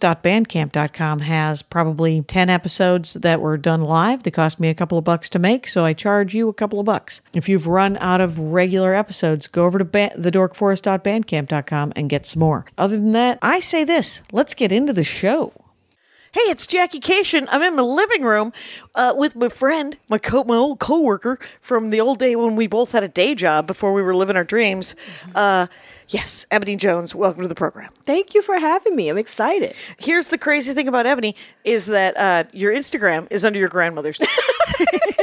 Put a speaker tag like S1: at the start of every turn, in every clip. S1: TheDorkForest.bandcamp.com has probably 10 episodes that were done live. They cost me a couple of bucks to make, so I charge you a couple of bucks. If you've run out of regular episodes, go over to ba- TheDorkForest.bandcamp.com and get some more. Other than that, I say this let's get into the show. Hey, it's Jackie Cation. I'm in my living room uh, with my friend, my co- my old coworker from the old day when we both had a day job before we were living our dreams. Uh, yes, Ebony Jones. Welcome to the program.
S2: Thank you for having me. I'm excited.
S1: Here's the crazy thing about Ebony is that uh, your Instagram is under your grandmother's name.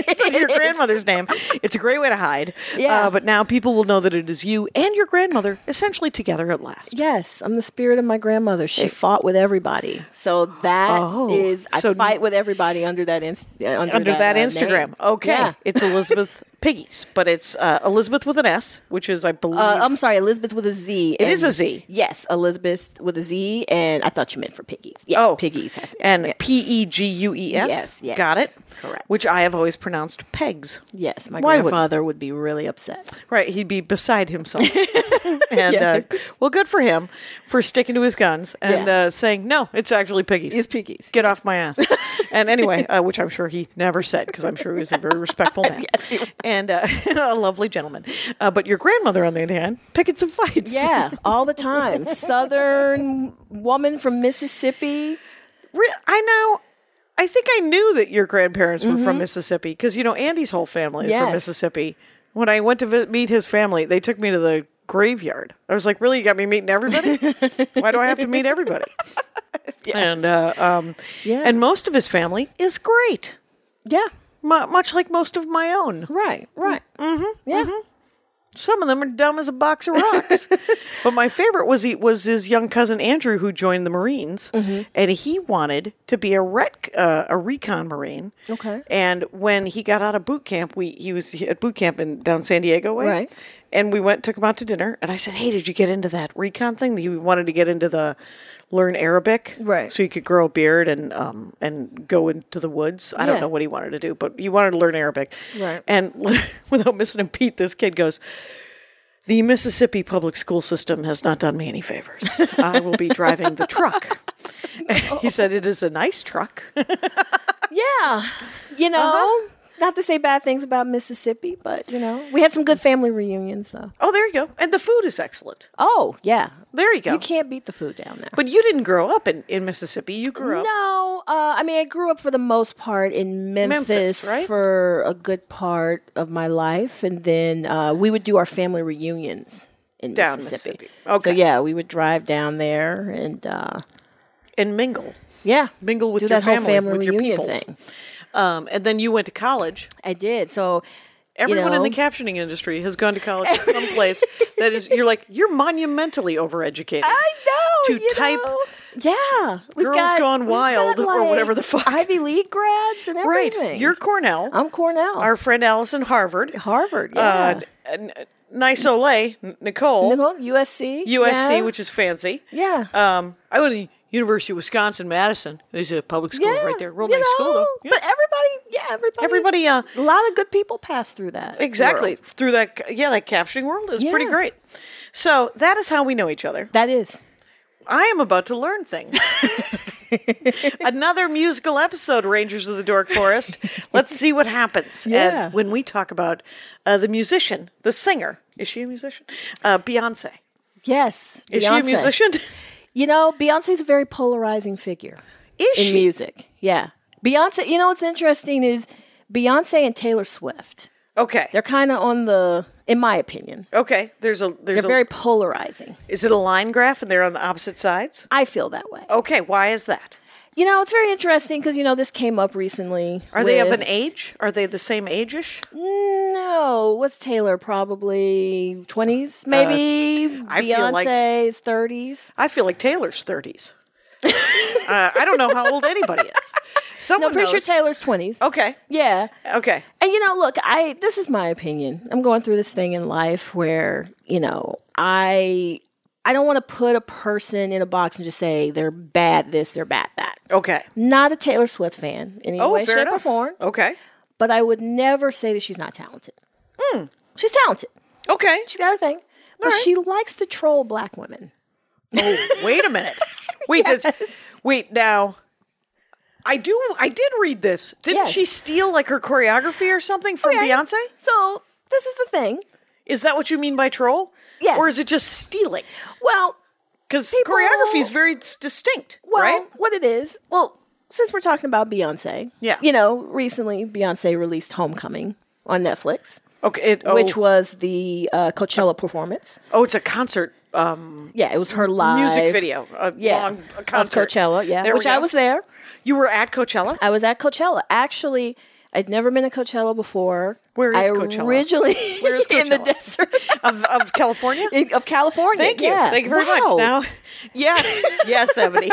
S1: it's under your
S2: is.
S1: grandmother's name. It's a great way to hide.
S2: Yeah.
S1: Uh, but now people will know that it is you and your grandmother essentially together at last.
S2: Yes, I'm the spirit of my grandmother. She fought with everybody. So that is
S1: Oh,
S2: I
S1: so-
S2: fight with everybody under that inst- uh, under,
S1: under that,
S2: uh,
S1: Instagram.
S2: name.
S1: Okay,
S2: Yeah.
S1: it's Elizabeth Piggies, but it's uh, Elizabeth with an S, which is I believe
S2: Uh, I'm sorry, Elizabeth with a Z. It
S1: is a Z.
S2: Yes, Elizabeth with a Z, and I thought you meant for piggies. Yeah,
S1: Oh,
S2: piggies. Has an S,
S1: and
S2: yeah.
S1: P E G U E S.
S2: Yes, yes.
S1: got it.
S2: Correct.
S1: Which I have always pronounced pegs.
S2: yes, my
S1: Why would-
S2: grandfather would be really upset.
S1: Right, he'd be beside himself. and uh, well, good for him for sticking to his guns and
S2: Yeah.
S1: uh, saying no. It's actually piggies.
S2: It's piggies.
S1: Get off my ass. and anyway, uh, which I'm sure he never said because I'm sure he was a very respectful man and uh, a lovely gentleman. Uh, but your grandmother, on the other hand, picking some fights.
S2: Yeah, all the time. Southern woman from Mississippi.
S1: Re- I know. I think I knew that your grandparents were from Mississippi because you know Andy's whole family is from
S2: Mm-hmm. Yes.
S1: Mississippi. When I went to vi- meet his family, they took me to the graveyard. I was like, "Really, you got me meeting everybody? Why do I have to meet everybody?" And uh, um,
S2: Yeah.
S1: and most of his family is great,
S2: Yeah,
S1: mu much like most of my own.
S2: right, right. Mm-hmm. Yeah.
S1: Some of them are dumb as a box of rocks. but my favorite was he was his young cousin Andrew who joined the Marines,
S2: Mm-hmm.
S1: and he wanted to be a rec uh, a recon Marine.
S2: Okay.
S1: And when he got out of boot camp, we he was at boot camp in down San Diego way,
S2: Right.
S1: and we went took him out to dinner, and I said, "Hey, did you get into that recon thing? He wanted to get into the learn Arabic,
S2: Right.
S1: So he could grow a beard and um and go into the woods. I don't
S2: Yeah.
S1: know what he wanted to do, but he wanted to learn Arabic,
S2: Right.
S1: And without missing a beat, this kid goes. The Mississippi public school system has not done me any favors. I will be driving the truck. He said it is a nice truck.
S2: Yeah. You know,
S1: Uh-huh.
S2: not to say bad things about Mississippi, but you know, we had some good family reunions though.
S1: Oh, there you go. And the food is excellent.
S2: Oh, yeah.
S1: There you go.
S2: You can't beat the food down there.
S1: but you didn't grow up in, in Mississippi. You grew up.
S2: no, uh, I mean, I grew up for the most part in Memphis,
S1: Memphis, right?
S2: for a good part of my life, and then uh, we would do our family reunions in
S1: Down
S2: Mississippi.
S1: Mississippi. Okay.
S2: So yeah, we would drive down there, and uh,
S1: And mingle.
S2: yeah,
S1: Mingle with
S2: do
S1: your
S2: that whole
S1: family, with your
S2: reunion
S1: peoples.
S2: thing.
S1: Um, and then you went to college.
S2: I did. So
S1: Everyone in the
S2: know.
S1: captioning industry has gone to college at some place that is, you're like, you're monumentally overeducated.
S2: I know
S1: To
S2: you
S1: type
S2: know. Yeah, we've
S1: Girls
S2: got-
S1: Gone
S2: we've got,
S1: Wild or whatever the fuck.
S2: Ivy League grads and
S1: right.
S2: everything.
S1: You're Cornell.
S2: I'm Cornell.
S1: Our friend Allison Harvard.
S2: Harvard. Yeah.
S1: Uh, N- N- Nisolé, N- Nicole,
S2: Nicole, USC.
S1: USC,
S2: yeah.
S1: which is fancy.
S2: yeah.
S1: Um, I went to the University of Wisconsin Madison. There's a public school
S2: yeah,
S1: right there. Real
S2: you
S1: nice school though.
S2: know,
S1: Yeah.
S2: But everybody, yeah, everybody,
S1: Everybody, uh,
S2: a lot of good people pass through that.
S1: exactly
S2: world.
S1: through that. ca- Yeah, that captioning world is pretty
S2: Yeah.
S1: great. So that is how we know each other.
S2: That is.
S1: I am about to learn things. Another musical episode, Rangers of the Dork Forest. Let's see what happens and
S2: Yeah.
S1: when we talk about uh, the musician, the singer. Is she a musician? Uh, Beyonce.
S2: Yes.
S1: Is she a
S2: Beyonce.
S1: musician?
S2: You know, Beyonce's a very polarizing figure
S1: Is
S2: in
S1: she?
S2: music. Yeah. Beyonce, you know what's interesting is Beyonce and Taylor Swift.
S1: Okay.
S2: They're kind of on the, in my opinion,
S1: Okay. There's a there's
S2: they're
S1: a
S2: very polarizing.
S1: is it a line graph and they're on the opposite sides?
S2: I feel that way.
S1: Okay, why is that?
S2: You know, it's very interesting because, you know, this came up recently.
S1: Are they of
S2: with-
S1: an age? Are they the same age-ish?
S2: No, what's Taylor? Probably twenties, maybe.
S1: Uh, I feel like-
S2: Beyonce's thirties.
S1: I feel like Taylor's 30s. uh, I don't know how old anybody is.
S2: No,
S1: Someone
S2: I'm pretty sure
S1: knows.
S2: Taylor's twenties.
S1: Okay.
S2: Yeah,
S1: Okay.
S2: and you know, look, I this is my opinion. I'm going through this thing in life where you know I I don't want to put a person in a box and just say they're bad this, they're bad that.
S1: Okay.
S2: Not a Taylor Swift fan in any
S1: Oh,
S2: way,
S1: fair
S2: shape, or
S1: enough.
S2: form.
S1: Okay.
S2: But I would never say that she's not talented. She's talented.
S1: Okay.
S2: She's got her thing. But
S1: Hmm. right.
S2: she likes to troll black women.
S1: Oh, wait a minute. Wait, did- wait now. I do. I did read this. Didn't
S2: Yes.
S1: she steal like her choreography or something from
S2: Okay.
S1: Beyonce?
S2: So this is the thing.
S1: Is that what you mean by troll?
S2: Yes.
S1: Or is it just stealing?
S2: Well,
S1: Because
S2: People-
S1: choreography is very s- distinct,
S2: well,
S1: right?
S2: what it is? Well, since we're talking about Beyonce,
S1: Yeah.
S2: you know, recently Beyonce released Homecoming on Netflix,
S1: Okay. It, oh,
S2: which was the uh, Coachella performance.
S1: oh, it's a concert um,
S2: Yeah, it was her live
S1: music video. A
S2: Yeah,
S1: long
S2: of
S1: concert.
S2: Coachella. Yeah,
S1: There we
S2: which I
S1: go.
S2: was there.
S1: You were at Coachella.
S2: I was at Coachella. Actually, I'd never been to Coachella before.
S1: Where is
S2: I
S1: Coachella?
S2: Originally,
S1: Where is
S2: in the
S1: Coachella?
S2: desert
S1: of, of California.
S2: in- of California.
S1: Thank you.
S2: Yeah.
S1: Thank you very
S2: Wow.
S1: much. Now, yes, yes, Ebony.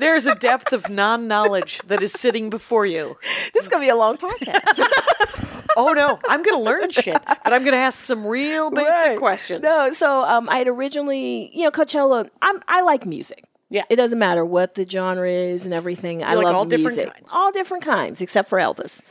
S1: There is a depth of non-knowledge that is sitting before you.
S2: this is gonna be a long podcast.
S1: Oh no, I'm going to learn shit, but I'm going to ask some real basic
S2: Right.
S1: questions.
S2: No, so um, I had originally, you know, Coachella. I'm I like music.
S1: Yeah.
S2: it doesn't matter what the genre is and everything. I
S1: like
S2: love
S1: all different
S2: music.
S1: kinds.
S2: all different kinds, except for Elvis.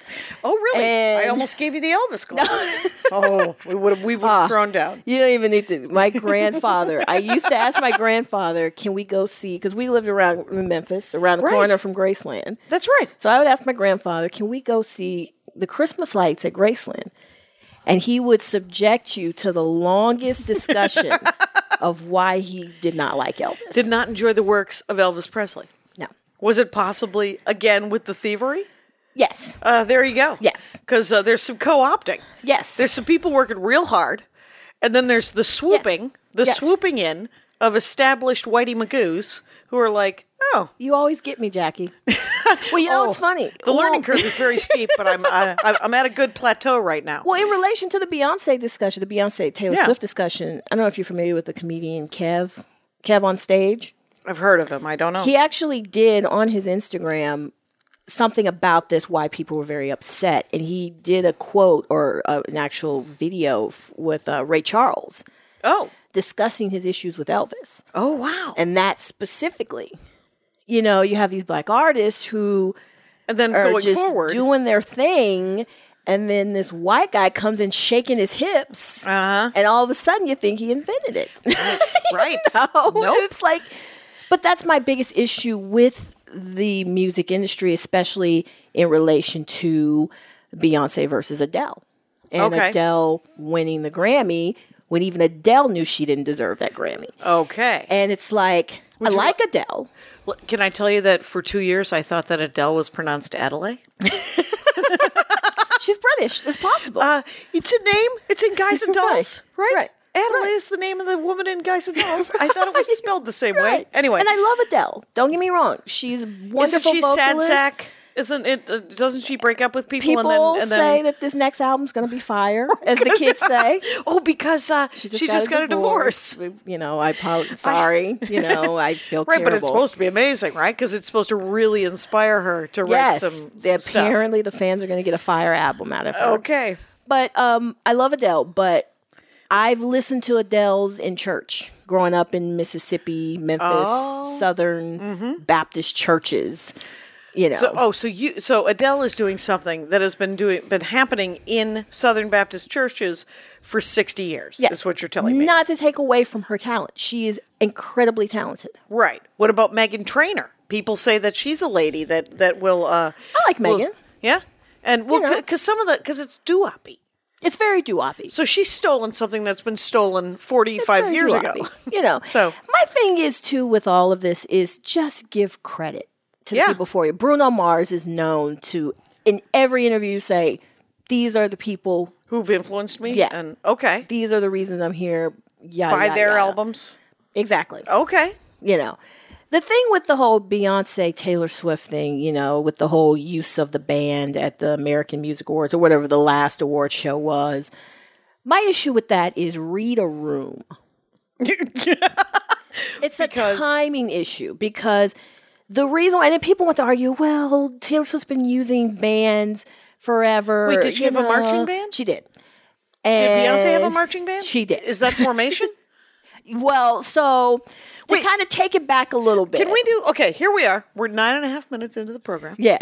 S1: Oh really? I
S2: And-
S1: almost gave you the Elvis class. oh, we would have we would have thrown down.
S2: You don't even need to. My grandfather. I used to ask my grandfather, "Can we go see?" Because we lived around in Memphis, around the
S1: Right.
S2: corner from Graceland.
S1: That's right.
S2: So I would ask my grandfather, "Can we go see the Christmas lights at Graceland?" And he would subject you to the longest discussion of why he did not like Elvis.
S1: Did not enjoy the works of Elvis Presley.
S2: no.
S1: Was it possibly again with the thievery?
S2: Yes.
S1: Uh, there you go.
S2: Yes.
S1: because uh, there's some co-opting.
S2: Yes.
S1: There's some people working real hard, and then there's the swooping, the
S2: Yes.
S1: swooping in of established whitey magoos who are like, oh,
S2: you always get me, Jackie. well, you know
S1: oh,
S2: it's funny.
S1: The learning
S2: Well-
S1: curve is very steep, but I'm I, I- I'm at a good plateau right now.
S2: Well, in relation to the Beyonce discussion, the Beyonce Taylor
S1: Yeah.
S2: Swift discussion, I don't know if you're familiar with the comedian Kev, Kev on stage.
S1: I've heard of him. I don't know.
S2: He actually did on his Instagram something about this, why people were very upset, and he did a quote or uh, an actual video f- with uh, Ray Charles
S1: oh,
S2: discussing his issues with Elvis.
S1: oh wow. And,
S2: and that specifically you know you have these black artists who
S1: then
S2: are
S1: going
S2: just
S1: forward,
S2: doing their thing and then this white guy comes in shaking his hips
S1: Uh-huh.
S2: and all of a sudden you think he invented it
S1: right?
S2: no
S1: Nope.
S2: it's like but that's my biggest issue with the music industry especially in relation to beyonce versus adele and
S1: Okay.
S2: adele winning the grammy when even adele knew she didn't deserve that grammy
S1: Okay.
S2: and it's like i
S1: you-
S2: like adele
S1: Well, Can I tell you that for two years I thought that Adele was pronounced Adelaide?
S2: She's British. It's possible.
S1: Uh, it's a name. It's in Guys and
S2: Right,
S1: Dolls, right?
S2: right,
S1: Adelaide
S2: right.
S1: is the name of the woman in Guys and Dolls. I thought it was spelled the same way. Anyway,
S2: and I love Adele. Don't get me wrong; she's a wonderful
S1: isn't she sad
S2: vocalist.
S1: sack? Isn't it? Uh, doesn't she break up with people?
S2: People
S1: and then, and
S2: say
S1: then,
S2: that this next album's going to be fire, as the kids say.
S1: oh, because uh, she just, got, a divorce.
S2: You know, I apologize. Sorry. you know, I feel
S1: Right,
S2: terrible.
S1: but it's supposed to be amazing, right? Because it's supposed to really inspire her to
S2: yes.
S1: write some,
S2: they-
S1: some stuff.
S2: apparently, the fans are going to get a fire album out of her.
S1: Okay.
S2: But um, I love Adele, but I've listened to Adele's in church growing up in Mississippi, Memphis,
S1: Oh.
S2: Southern Baptist churches. You know,
S1: Mm-hmm. So, oh, so you, so Adele is doing something that has been doing, been happening in Southern Baptist churches for sixty years.
S2: Yeah.
S1: Is what you're telling me?
S2: not to take away from her talent. She is incredibly talented.
S1: right. What about Megan Trainor? People say that she's a lady that that will. Uh,
S2: I like
S1: will-
S2: Megan.
S1: Yeah, and well,
S2: You know.
S1: because some of the because it's doo
S2: It's very doo
S1: So she's stolen something that's been stolen 45 years ago.
S2: You know.
S1: So-
S2: my thing is too with all of this is just give credit to the
S1: Yeah.
S2: people for you. Bruno Mars is known to in every interview say, These are the people,
S1: Who've influenced me?
S2: Yeah.
S1: And okay.
S2: these are the reasons I'm here. Yeah.
S1: Buy their albums.
S2: Exactly.
S1: Okay.
S2: You know. The thing with the whole Beyonce Taylor Swift thing, you know, with the whole use of the band at the American Music Awards or whatever the last award show was, my issue with that is read a room. It's
S1: Because-
S2: a timing issue because the reason why, and then people want to argue, well, Taylor Swift's been using bands forever.
S1: Wait, did she
S2: you
S1: have a marching band?
S2: She did.
S1: did Beyonce have a
S2: And-
S1: marching band?
S2: She did.
S1: Is that formation?
S2: Well, so to
S1: Wait.
S2: kind of take it back a little bit.
S1: Can we do? Okay, here we are. We're nine and a half minutes into the program.
S2: Yeah.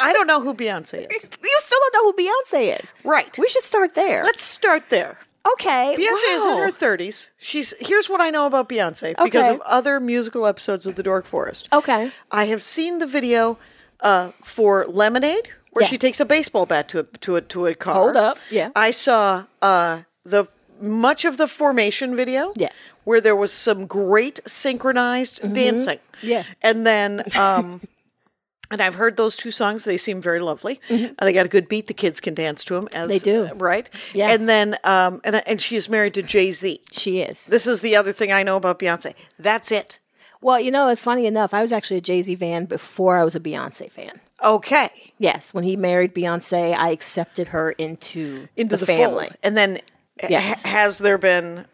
S1: I don't know who Beyonce is.
S2: you still don't know who Beyonce is.
S1: Right.
S2: We should start there.
S1: Let's start there.
S2: okay.
S1: Beyonce is in
S2: wow.
S1: her 30s. She's here's what I know about Beyonce because
S2: Okay.
S1: of other musical episodes of The Dork Forest.
S2: Okay.
S1: I have seen the video uh, for Lemonade where
S2: Yeah.
S1: she takes a baseball bat to a to a to a car.
S2: Hold up, yeah.
S1: I saw uh, the much of the formation video.
S2: Yes. Mm-hmm.
S1: Where there was some great synchronized dancing.
S2: Yeah.
S1: And then um And I've heard those two songs. They seem very lovely. Uh, they got a good beat. The kids can dance to them. As,
S2: Mm-hmm.
S1: uh,
S2: They do.
S1: right?
S2: Yeah.
S1: And then, um, and and she is married to Jay Z.
S2: She is.
S1: This is the other thing I know about Beyonce. That's it.
S2: well, you know, it's funny enough. I was actually a Jay Z fan before I was a Beyonce fan.
S1: Okay.
S2: Yes, when he married Beyonce, I accepted her into
S1: into the,
S2: the family.
S1: fold. And then h-
S2: Yes.
S1: has there been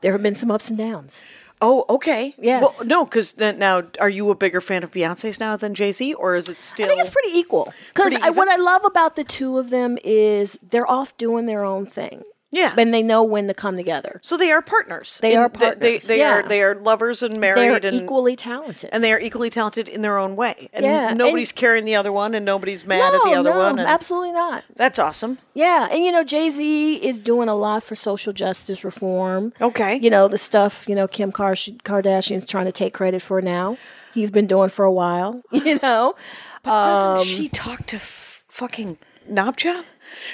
S2: There have been some ups and downs.
S1: Oh, okay.
S2: Yes.
S1: Well, no, cuz now are you a bigger fan of Beyonce's now than Jay-Z or is it still
S2: I think it's pretty equal because
S1: Pretty even?
S2: what I love about the two of them is they're off doing their own thing.
S1: Yeah.
S2: and they know when to come together.
S1: So they are partners.
S2: They
S1: in-
S2: are
S1: They,
S2: partners,
S1: they
S2: yeah.
S1: are they are lovers and
S2: They're
S1: married and
S2: equally talented.
S1: and they are equally talented in their own way. And
S2: Yeah, and-
S1: nobody's carrying the other one and nobody's mad at the
S2: No,
S1: other
S2: no,
S1: one and
S2: absolutely not.
S1: that's awesome.
S2: Yeah, and you know Jay Z is doing a lot for social justice reform.
S1: Okay.
S2: you know the stuff you know Kim Karsh- Kardashian's trying to take credit for now. He's been doing for a while. You know,
S1: Doesn't she talk to f- fucking Knob Job?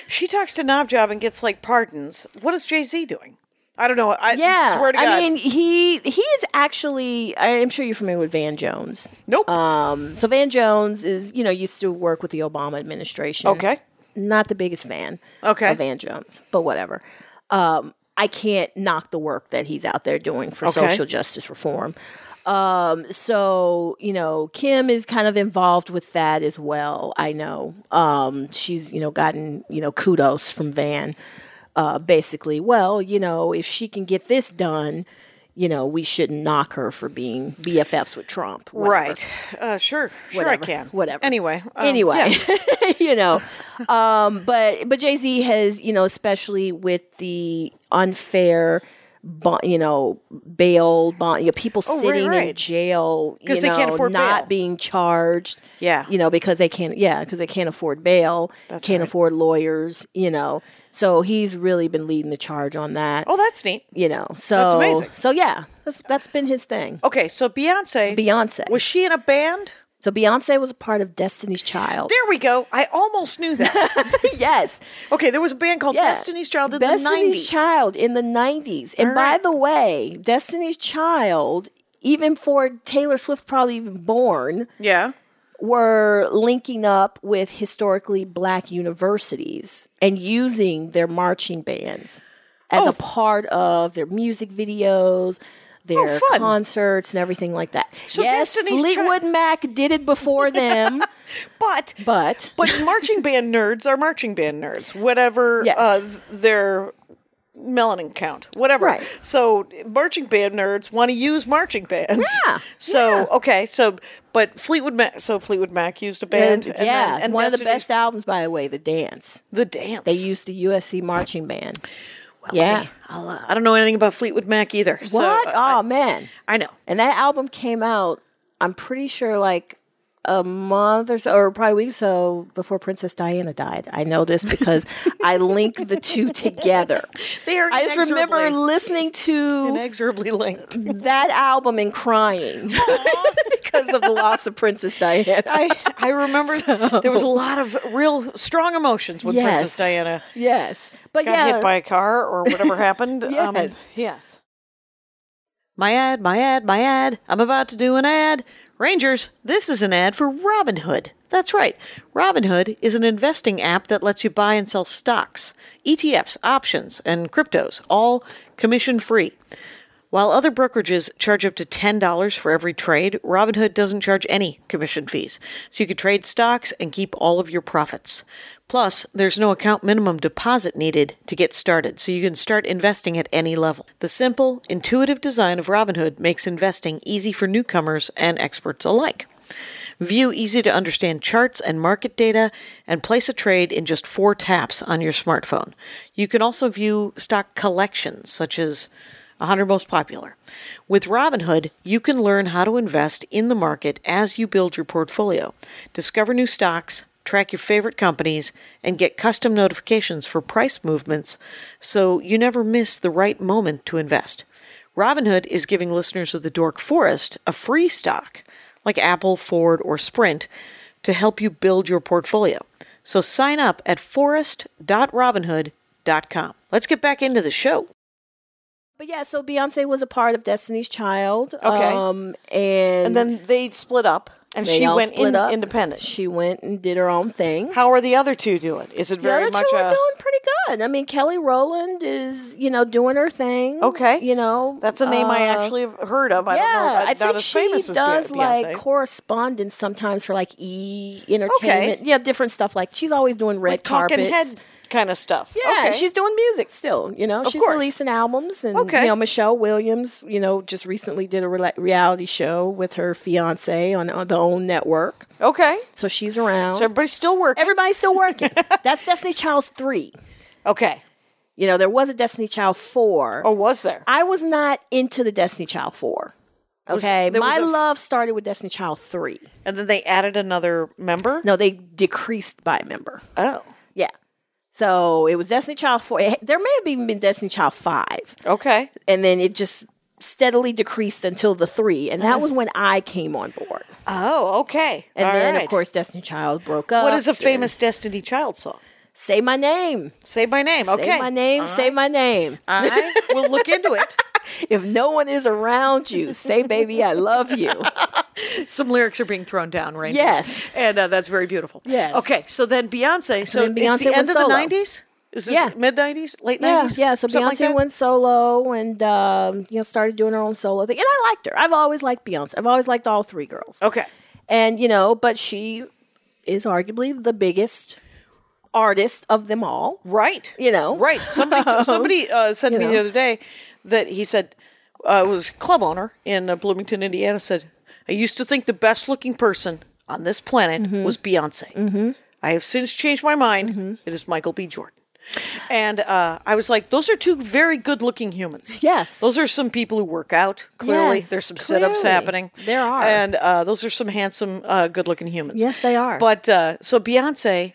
S1: She talks to Knob Job and gets like pardons. What is Jay Z doing? I don't know. I
S2: yeah.
S1: swear to God.
S2: I mean, he he is actually. I am sure you're familiar with Van Jones.
S1: nope.
S2: Um, so Van Jones is, you know, used to work with the Obama administration.
S1: Okay.
S2: Not the biggest fan
S1: Okay.
S2: of Van Jones, but whatever. Um, I can't knock the work that he's out there doing for
S1: Okay.
S2: social justice reform. Um, so, you know, Kim is kind of involved with that as well. I know. Um, she's, you know, gotten, you know, kudos from Van. Uh, basically, well, you know, if she can get this done, you know, we shouldn't knock her for being BFFs with Trump. whatever.
S1: Right. Uh, sure. Sure, I
S2: Whatever.
S1: can.
S2: Whatever.
S1: Anyway. um,
S2: anyway,
S1: yeah.
S2: you know, um, but but Jay Z has you know, especially with the unfair, bond, you know, bail bond, you know, people
S1: Oh, right,
S2: sitting in
S1: right.
S2: jail you
S1: 'Cause they can't
S2: know,
S1: afford
S2: not
S1: bail.
S2: being charged.
S1: Yeah.
S2: you know, because they can't. Yeah, because they can't afford bail. can't afford lawyers. You know, so he's really been leading the charge on that.
S1: Oh, that's neat.
S2: you know, so
S1: amazing. Oh.
S2: So yeah, that's that's been his thing.
S1: Okay, so Beyonce.
S2: Beyonce.
S1: Was she in a band?
S2: So Beyonce was a part of Destiny's Child.
S1: There we go. I almost knew that.
S2: yes.
S1: okay, there was a band called
S2: Yeah.
S1: Destiny's Child in
S2: Destiny's
S1: the 90s.
S2: Child in the 90s. And by
S1: right.
S2: the way, Destiny's Child, even for Taylor Swift, probably even born,
S1: Yeah.
S2: were linking up with historically black universities and using their marching bands as
S1: Oh.
S2: a part of their music videos. Their
S1: fun.
S2: concerts and everything like that.
S1: So
S2: yes,
S1: Destiny's Chi-
S2: Fleetwood Mac did it before them.
S1: But
S2: But
S1: but marching band nerds are marching band nerds, whatever
S2: Yes.
S1: uh, th- their melanin count, whatever.
S2: Right.
S1: So marching band nerds want to use marching bands.
S2: Yeah,
S1: So
S2: yeah.
S1: okay, so but Fleetwood Mac, so Fleetwood Mac used a band.
S2: and-
S1: then-
S2: yeah,
S1: and
S2: one of the
S1: Destiny's-
S2: best albums, by the way, The Dance.
S1: The dance.
S2: They used the USC marching band. yeah.
S1: I'll, uh, I don't know anything about Fleetwood Mac either. What? So,
S2: what?
S1: uh,
S2: oh, man.
S1: I know.
S2: And that album came out, I'm pretty sure, like a month or so, or probably a week or so before Princess Diana died. I know this because I link the two together.
S1: They are
S2: I just remember
S1: inexorably-
S2: listening to
S1: inexorably linked.
S2: that album and crying because of the loss of Princess Diana.
S1: I, I remember there was a lot of real strong emotions with Princess
S2: Yes.
S1: Diana.
S2: yes. But
S1: got
S2: yeah.
S1: hit by a car or whatever happened.
S2: Yes.
S1: yes. My ad, my ad, my ad. I'm about to do an ad. Rangers, this is an ad for Robinhood. That's right. Robinhood is an investing app that lets you buy and sell stocks, ETFs, options, and cryptos, all commission free. While other brokerages charge up to $10 for every trade, Robinhood doesn't charge any commission fees, so you can trade stocks and keep all of your profits. Plus, there's no account minimum deposit needed to get started, so you can start investing at any level. The simple, intuitive design of Robinhood makes investing easy for newcomers and experts alike. View easy to understand charts and market data and place a trade in just four taps on your smartphone. You can also view stock collections such as 100 most popular. With Robinhood, you can learn how to invest in the market as you build your portfolio. Discover new stocks, track your favorite companies, and get custom notifications for price movements so you never miss the right moment to invest. Robinhood is giving listeners of the Dork Forest a free stock like Apple, Ford, or Sprint to help you build your portfolio. So sign up at forest.robinhood.com. Let's get back into the show.
S2: but yeah, so Beyonce was a part of Destiny's Child.
S1: Okay.
S2: Um, and,
S1: And then they split up and
S2: they
S1: she
S2: all
S1: went
S2: split
S1: in,
S2: up.
S1: independent.
S2: She went and did her own thing.
S1: How are the other two doing? Is it
S2: the
S1: very
S2: other
S1: much
S2: two
S1: a
S2: are doing pretty good. I mean, Kelly Rowland is, you know, doing her thing.
S1: Okay.
S2: you know,
S1: That's a name I
S2: uh,
S1: actually have heard of. I
S2: yeah,
S1: don't know.
S2: I
S1: not
S2: think
S1: as
S2: she
S1: famous as Be-
S2: does like
S1: Beyonce.
S2: correspondence sometimes for like E Entertainment. Yeah, different stuff like she's always doing red
S1: like
S2: carpets.
S1: talking head kind of stuff.
S2: Yeah, and
S1: okay.
S2: she's doing music still. You know, she's
S1: course.
S2: releasing albums, and
S1: Okay.
S2: you know Michelle Williams. You know, just recently did a rela reality show with her fiance on, on the OWN network,
S1: okay.
S2: so she's around.
S1: So everybody's still working.
S2: Everybody's still working. That's Destiny Child's three.
S1: okay.
S2: You know, there was a Destiny Child four.
S1: Or was there?
S2: I was not into the Destiny Child four.
S1: Was-
S2: Okay,
S1: there was
S2: my
S1: a-
S2: love started with Destiny Child three.
S1: And then they added another member.
S2: No, they decreased by a member.
S1: Oh.
S2: Yeah, so it was Destiny Child four. It- there may have even been Destiny Child five,
S1: Okay.
S2: and then it just steadily decreased until the three, and that was when I came on board.
S1: Oh, okay.
S2: And
S1: Oh. All
S2: then,
S1: right.
S2: of course, Destiny Child broke up.
S1: what is a
S2: and-
S1: famous Destiny Child song?
S2: "Say My Name"?
S1: Say my name. Okay.
S2: Say my name. Say my name.
S1: I will look into it.
S2: If no one is around you, say, "Baby, I love you."
S3: Some lyrics are being thrown down, right?
S2: Yes.
S3: and uh, that's very beautiful.
S2: Yes.
S3: Okay, so then Beyonce. So
S2: then
S3: it's
S2: Beyonce
S3: the
S2: went
S3: end of the
S2: solo.
S3: nineties. Is this
S2: Yeah.
S3: mid nineties, late
S2: Yeah,
S3: nineties?
S2: yeah. So Beyonce went solo and um, you know started doing her own solo thing, and I liked her. I've always liked Beyonce. I've always liked all three girls,
S1: Okay.
S2: and you know, but she is arguably the biggest artist of them all.
S1: Right.
S2: You know,
S1: Right. Somebody somebody uh, said to me
S2: You
S1: the
S2: know.
S1: other day that he said uh, it was a club owner in uh, Bloomington, Indiana. Said I used to think the best looking person on this planet
S2: Mm-hmm.
S1: was Beyonce. I have since changed my mind. It is Michael B. Jordan. And uh, I was like, those are two very good looking humans.
S2: Yes.
S1: Those are some people who work out, clearly.
S2: Yes,
S1: There's some sit ups
S2: clearly.
S1: happening.
S2: There are.
S1: And uh, those are some handsome, uh, good looking humans.
S2: Yes, they are.
S1: But uh, so Beyonce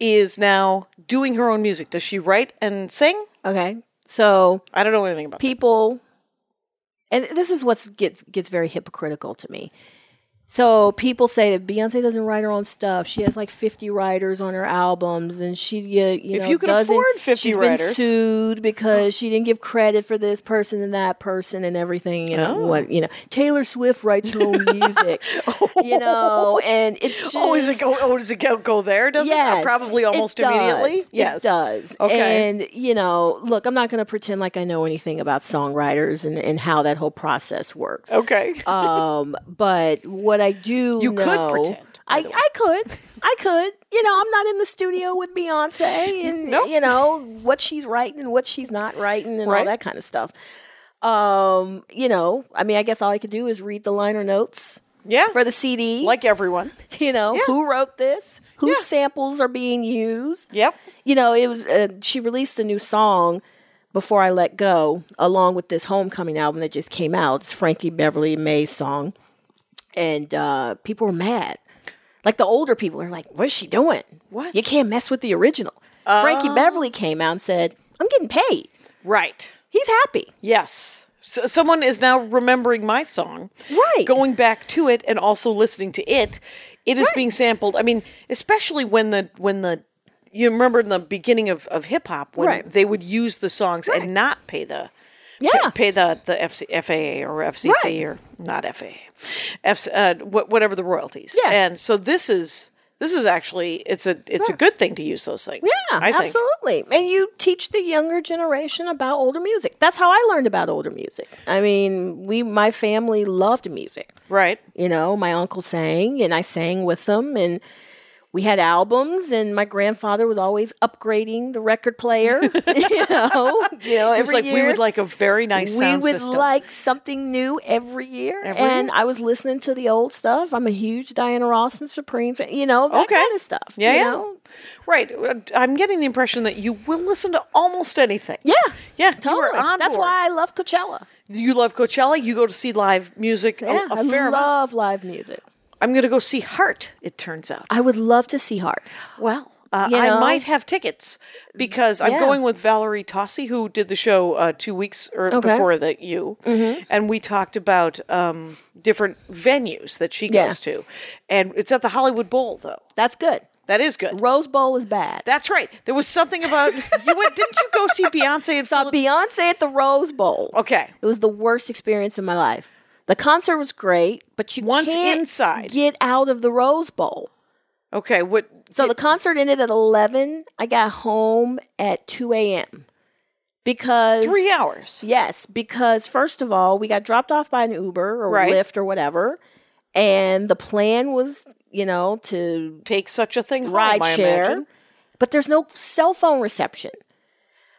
S1: is now doing her own music. Does she write and sing?
S2: Okay, so
S1: I don't know anything about.
S2: people, and this is what gets gets very hypocritical to me. So people say that Beyonce doesn't write her own stuff. She has like fifty writers on her albums, and she you, you
S1: If
S2: know
S1: you can
S2: doesn't-
S1: afford 50
S2: she's
S1: writers.
S2: been sued because she didn't give credit for this person and that person and everything. You
S1: Oh.
S2: know what you know. Taylor Swift writes her own music, you know, and it's just,
S1: Oh, is it go? Oh, does it go, go there? Does it? Uh,
S2: Yes,
S1: Probably
S2: it
S1: almost
S2: does.
S1: immediately.
S2: it does.
S1: Okay.
S2: and you know, look, I'm not going to pretend like I know anything about songwriters and, and how that whole process works.
S1: okay.
S2: Um, but what I do
S1: You could
S2: know-
S1: pretend.
S2: I, I could. I could. You know, I'm not in the studio with Beyonce and,
S1: Nope.
S2: you know, what she's writing and what she's not writing and all
S1: Right.
S2: that kind of stuff. Um, you know, I mean, I guess all I could do is read the liner notes
S1: yeah,
S2: for the CD.
S1: like everyone.
S2: you know,
S1: Yeah.
S2: who wrote this? Whose
S1: Yeah.
S2: samples are being used?
S1: Yep.
S2: you know, it was uh, she released a new song before I let go, along with this homecoming album that just came out. It's Frankie Beverly May's song, and uh, people were mad. Like the older people are like, "What is she doing?
S1: What? Oh.
S2: You can't mess with the original." Frankie Beverly came out and said, "I'm getting paid.
S1: Right.
S2: He's happy."
S1: Yes. So someone is now remembering my song.
S2: Right.
S1: Going back to it and also listening to it. It is
S2: Right.
S1: being sampled. I mean, especially when the when the you remember in the beginning of, of hip hop when
S2: Right.
S1: they would use the songs and not pay the
S2: Yeah.
S1: pa- pay, the the FC, FAA or FCC
S2: Right.
S1: or not FAA, F, uh, wh- whatever the royalties.
S2: Yeah.
S1: And so this is this is actually it's a it's a good thing to use those things.
S2: Yeah,
S1: I think.
S2: absolutely. And you teach the younger generation about older music. That's how I learned about older music. I mean, we my family loved music.
S1: Right.
S2: you know my uncle sang and i sang with them and we had albums and my grandfather was always upgrading the record player you know you know every
S1: It was like
S2: year
S1: we would like a very nice
S2: we
S1: sound
S2: would
S1: system.
S2: like something new every year
S1: Every
S2: and
S1: year?
S2: i was listening to the old stuff i'm a huge diana ross and supreme fan you know that
S1: Okay.
S2: kind of stuff
S1: Yeah,
S2: you
S1: yeah.
S2: know
S1: Right. Uh, I'm getting the impression that you will listen to almost anything.
S2: yeah
S1: Yeah, you
S2: totally
S1: were on
S2: that's
S1: board.
S2: why i love coachella
S1: You love Coachella. You go to see live music a-
S2: yeah
S1: a,
S2: I
S1: fair amount.
S2: love live music
S1: I'm going to go see Heart, it turns out.
S2: i would love to see heart
S1: Well, uh,
S2: You know?
S1: I might have tickets because I'm
S2: Yeah.
S1: going with Valerie Tossi, who did the show uh, two weeks or
S2: Okay. Mm-hmm.
S1: before that you, and we talked about um, different venues that she
S2: Yeah.
S1: goes to, and it's at the Hollywood Bowl though.
S2: that's good
S1: That is good.
S2: rose bowl is bad
S1: That's right. There was something about you went. Didn't you go see Beyonce and
S2: saw
S1: Phil-
S2: Beyonce at the Rose Bowl.
S1: Okay.
S2: It was the worst experience in my life. The concert was great, but you
S1: Once
S2: can't
S1: inside.
S2: get out of the Rose Bowl.
S1: Okay, what?
S2: So the concert ended at eleven. I got home at two a.m. because
S1: three hours.
S2: Yes, because first of all, we got dropped off by an Uber or
S1: Right.
S2: Lyft or whatever, and the plan was, you know, to
S1: Take such a thing home.
S2: ride
S1: I
S2: share,
S1: imagine.
S2: but there's no cell phone reception.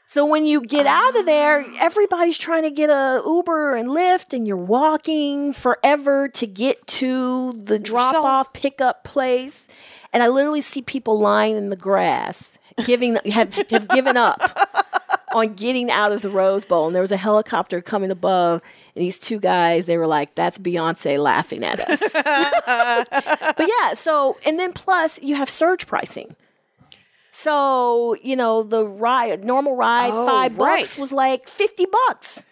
S2: So when you get out of there, everybody's trying to get a Uber and Lyft, and you're walking forever to get to the drop off pickup place. And I literally see people lying in the grass, giving have, have given up on getting out of the Rose Bowl. And there was a helicopter coming above, and these two guys, they were like, "That's Beyonce laughing at us." but yeah, so and then plus you have surge pricing. So you know the ride, normal ride,
S1: Oh,
S2: five bucks
S1: right.
S2: was like fifty bucks,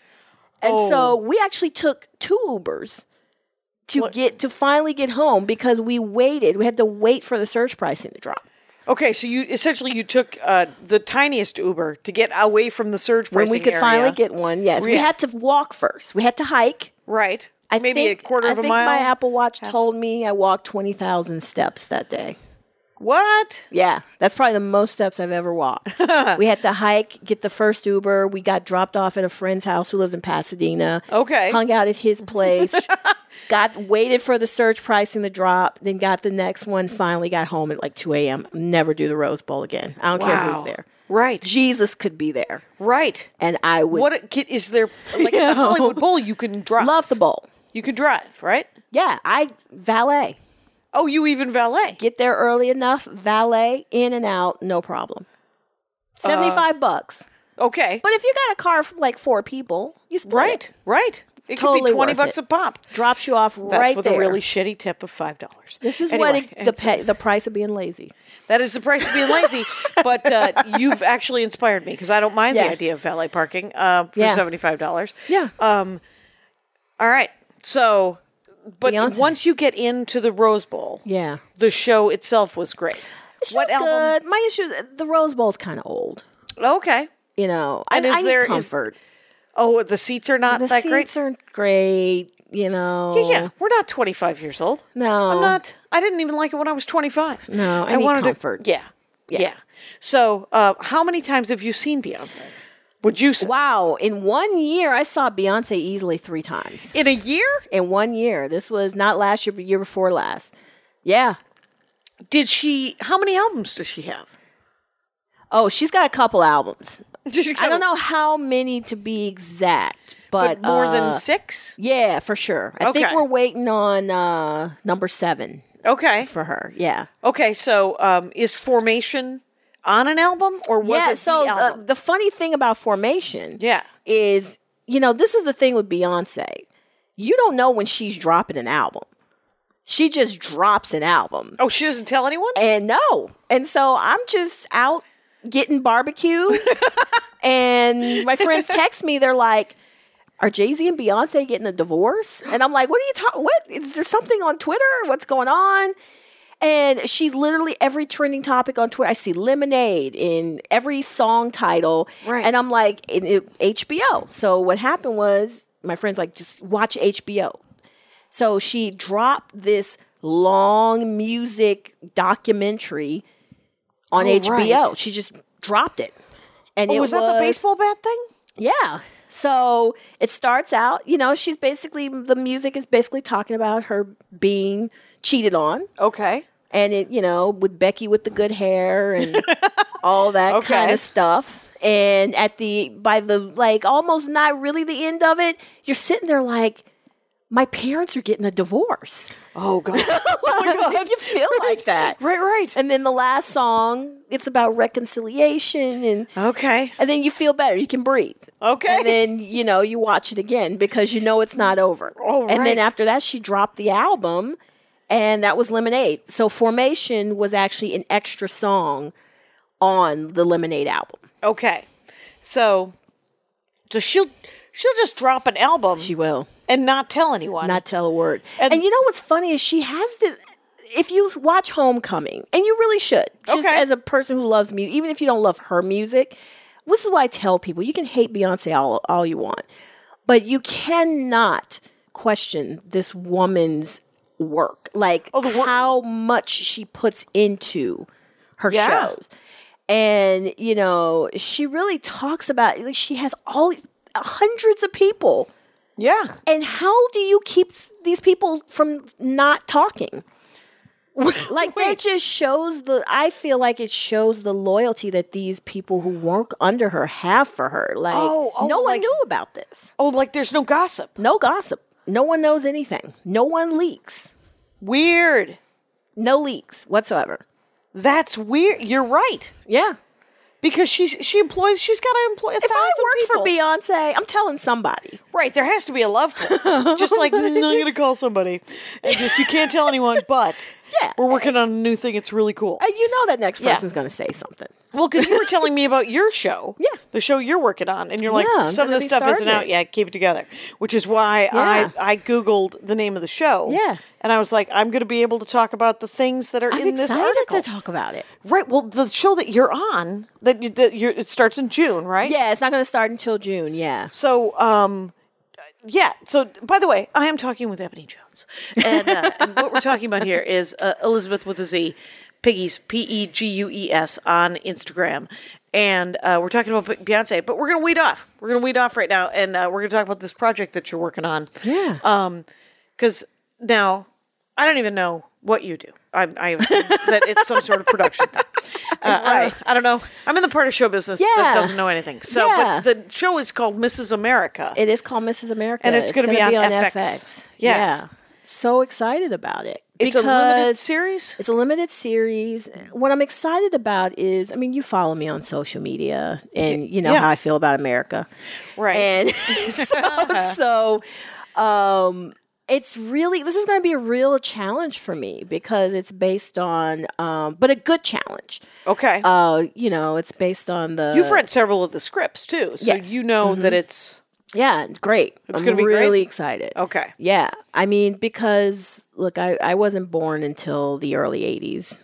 S2: and so
S1: Oh.
S2: we actually took two Ubers to get to finally get home because we waited. We had to wait for the surge pricing to drop.
S1: Okay, so you essentially you took uh, the tiniest Uber to get away from the surge
S2: When
S1: pricing
S2: we could
S1: area.
S2: finally get one, yes, we
S1: Yeah.
S2: had to walk first. We had to hike.
S1: right.
S2: I
S1: maybe
S2: think,
S1: a quarter
S2: I
S1: of a
S2: think
S1: mile.
S2: My Apple Watch told me I walked twenty thousand steps that day.
S1: what?
S2: Yeah, that's probably the most steps I've ever walked. we had to hike, get the first Uber. We got dropped off at a friend's house who lives in Pasadena.
S1: Okay.
S2: Hung out at his place. got waited for the surge price and the drop, then got the next one. Finally got home at like 2 a.m. Never do the Rose Bowl again. I don't care who's
S1: Wow.
S2: there.
S1: Right.
S2: Jesus could be there.
S1: Right.
S2: And I would
S1: What a- ki- is there like at the Hollywood Bowl? You can drive.
S2: love the bowl.
S1: You can drive, right?
S2: Yeah, I valet.
S1: Oh, you even valet.
S2: Get there early enough, valet, in and out, no problem.
S1: Uh,
S2: 75 bucks.
S1: okay.
S2: But if you got a car for like four people, you split
S1: right.
S2: it.
S1: Right. It could
S2: Totally
S1: be twenty
S2: worth
S1: bucks
S2: it.
S1: a pop.
S2: Drops you off
S1: That's
S2: right
S1: with
S2: there.
S1: a really shitty tip of five dollars.
S2: this is
S1: Anyway,
S2: what it, the
S1: it's-
S2: pe- the price of being lazy.
S1: That is the price of being lazy. but uh, you've actually inspired me because I don't mind
S2: Yeah.
S1: the idea of valet parking uh, for
S2: Yeah.
S1: seventy five dollars. Um,
S2: Yeah.
S1: All right. So, but
S2: Beyonce.
S1: once you get into the Rose Bowl,
S2: yeah.
S1: the show itself was great.
S2: She was good. My issue is the Rose Bowl's kind of old.
S1: Okay.
S2: You know,
S1: And
S2: I,
S1: is
S2: I need
S1: there- is-
S2: comfort.
S1: Oh, the seats are not
S2: the
S1: that
S2: seats
S1: great.
S2: aren't great. You know,
S1: yeah, yeah, we're not twenty five years old.
S2: No.
S1: I'm not. I didn't even like it when I was twenty five.
S2: No, I need comfort.
S1: To, yeah, yeah. So, uh, how many times have you seen Beyonce? Would you say
S2: Wow, in one year I saw Beyonce easily three times.
S1: in a year?
S2: In one year, this was not last year, but year before last. Yeah,
S1: Did she? How many albums does she have?
S2: Oh, she's got a couple albums.
S1: She's got
S2: I don't
S1: a-
S2: know how many to be exact, but,
S1: but more
S2: uh,
S1: than six.
S2: Yeah, for sure. I think
S1: Okay.
S2: we're waiting on uh, number seven
S1: Okay.
S2: for her. Yeah.
S1: Okay. So, um, is formation on an album or was
S2: yeah,
S1: it
S2: so
S1: the
S2: uh,
S1: album?
S2: the funny thing about formation
S1: yeah.
S2: is, you know, this is the thing with Beyonce. You don't know when she's dropping an album. She just drops an album.
S1: Oh, she doesn't tell anyone.
S2: And no. And so I'm just out getting barbecue. and my friends text me, they're like, are Jay Z and Beyonce getting a divorce? And I'm like, what are you talking? What is there something on Twitter? What's going on? And she literally every trending topic on Twitter. I see lemonade in every song title,
S1: Right.
S2: and I'm like, in, it- HBO. So what happened was my friends like just watch HBO. So she dropped this long music documentary on
S1: Oh,
S2: HBO.
S1: right.
S2: She just dropped it, and
S1: Oh,
S2: it
S1: was that the baseball bat thing?
S2: yeah. So it starts out, you know, she's basically, the music is basically talking about her being cheated on.
S1: Okay.
S2: And it, you know, with Becky with the good hair and all that
S1: Okay.
S2: kind of stuff. And at the, by the, like, almost not really the end of it, you're sitting there like, my parents are getting a divorce.
S1: Oh God.
S2: you feel like that.
S1: right. Right.
S2: And then the last song, it's about reconciliation and
S1: okay.
S2: and then you feel better. You can breathe.
S1: Okay.
S2: And then you know you watch it again because you know it's not over.
S1: Oh,
S2: And
S1: right.
S2: then after that, she dropped the album, and that was Lemonade. So Formation was actually an extra song on the Lemonade album.
S1: Okay. So, so she'll she'll just drop an album
S2: She will
S1: and not tell anyone.
S2: not tell a word.
S1: And-
S2: And, you know what's funny is she has this. If you watch Homecoming, and you really should, just
S1: Okay.
S2: as a person who loves music, even if you don't love her music, this is why I tell people you can hate Beyonce all, all you want, but you cannot question this woman's work, like
S1: Oh, the work.
S2: how much she puts into her
S1: Yeah.
S2: shows. And, you know, she really talks about, like, she has all hundreds of people
S1: yeah.
S2: and how do you keep s- these people from not talking? Like that just shows the I feel like it shows the loyalty that these people who work under her have for her. Like
S1: Oh, oh,
S2: no one
S1: like-
S2: knew about this.
S1: Oh, like there's no gossip.
S2: No gossip. No one knows anything. No one leaks.
S1: Weird.
S2: No leaks whatsoever.
S1: That's weird. You're right.
S2: Yeah.
S1: Because she's she employs she's got to employ a
S2: If I
S1: thousand
S2: worked
S1: people.
S2: for Beyonce, I'm telling somebody.
S1: right, there has to be a love call. just like "Mm, I'm gonna call somebody, and just you can't tell anyone. But
S2: Yeah.
S1: we're working on a new thing. It's really cool.
S2: And you know that next
S1: Yeah.
S2: person's gonna say something.
S1: well, because you were telling me about your show,
S2: Yeah.
S1: the show you're working on, and you're like,
S2: Yeah, I'm
S1: some of
S2: gonna
S1: this
S2: be
S1: stuff isn't
S2: starting
S1: out
S2: it."
S1: yet. Keep it together, which is why
S2: Yeah.
S1: I I googled the name of the show.
S2: Yeah.
S1: and I was like, I'm gonna be able to talk about the things that are
S2: I'm
S1: in this
S2: excited
S1: article.
S2: to talk about it.
S1: right. Well, the show that you're on that, you, that you're, it starts in June, right?
S2: Yeah, it's not gonna start until June, yeah.
S1: So, um, yeah. So, by the way, I am talking with Ebony Jones, and, uh, and what we're talking about here is uh, Elizabeth with a Z, Piggies, P E G U E S on Instagram, and uh, we're talking about Beyonce. But we're gonna weed off. We're gonna weed off right now, and uh, we're gonna talk about this project that you're working on.
S2: Yeah.
S1: Um, because now I don't even know what you do. I, I assume that it's some sort of production thing. Uh, I, don't, I don't know. I'm in the part of show business
S2: Yeah.
S1: that doesn't know anything. So,
S2: Yeah.
S1: but the show is called Mrs. America.
S2: It is called Mrs. America,
S1: And it's gonna be
S2: gonna
S1: on FX. Yeah.
S2: Yeah. so excited about it.
S1: it's a limited
S2: because
S1: series.
S2: It's a limited series. What I'm excited about is, I mean, you follow me on social media, and you know
S1: yeah.
S2: how I feel about America,
S1: Right.
S2: and so, so um, it's really this is going to be a real challenge for me because it's based on, um, but a good challenge.
S1: Okay.
S2: Uh, you know, it's based on the
S1: You've read several of the scripts too, so
S2: yes. Mm-hmm.
S1: you know that it's
S2: Yeah, it's great. I'm
S1: gonna be great?
S2: really excited.
S1: okay.
S2: Yeah. I mean, because look, I, I wasn't born until the early 80s.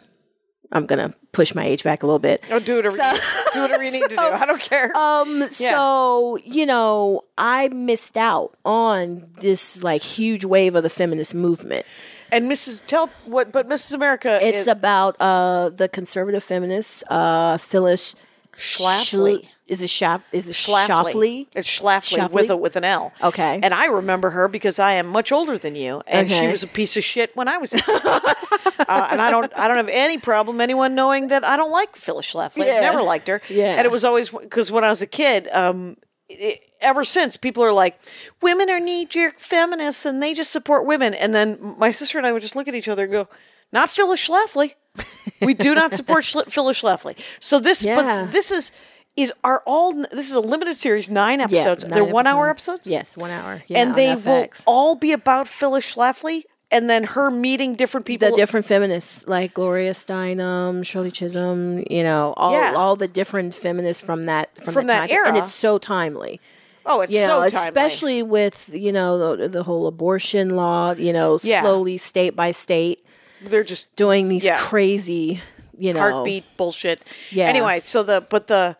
S2: I'm going to push my age back a little bit.
S1: Oh, do whatever, you, do whatever you need to do. I don't care.
S2: Um, so, you know, I missed out on this like huge wave of the feminist movement.
S1: and Mrs. Tell what, but Mrs. America.
S2: It's
S1: is-
S2: about uh, the conservative feminist, uh, Phyllis
S1: Schlafly.
S2: Schl- Is it Shaf? Is it
S1: Schlafly.
S2: Shoffley?
S1: It's Schlafly, with
S2: Schlafly?
S1: a with an L.
S2: Okay.
S1: And I remember her because I am much older than you, and she
S2: Okay.
S1: was a piece of shit when I was. a kid. uh, and I don't I don't have any problem anyone knowing that I don't like Phyllis Schlafly.
S2: Yeah.
S1: I've never liked her.
S2: Yeah.
S1: And it was always because when I was a kid. Um, it, ever since people are like women are knee-jerk feminists and they just support women and then my sister and i would just look at each other and go not phyllis schlafly we do not support Schle- phyllis schlafly so this
S2: Yeah.
S1: but this is is are all this is a limited series nine
S2: Yeah,
S1: episodes
S2: nine
S1: they're one hour episodes
S2: Yes, one hour. Yeah,
S1: and
S2: on
S1: they will
S2: FX.
S1: all be about phyllis schlafly and then her meeting different people
S2: the different feminists like Gloria Steinem, Shirley Chisholm, you know, all
S1: Yeah.
S2: all the different feminists from that from,
S1: From that
S2: time period. and
S1: era.
S2: it's so timely.
S1: oh it's
S2: You
S1: so
S2: know,
S1: timely.
S2: especially with you know the, the whole abortion law, you know,
S1: Yeah.
S2: slowly state by state
S1: they're just
S2: doing these
S1: Yeah.
S2: crazy, you know,
S1: heartbeat bullshit.
S2: Yeah.
S1: Anyway, so the but the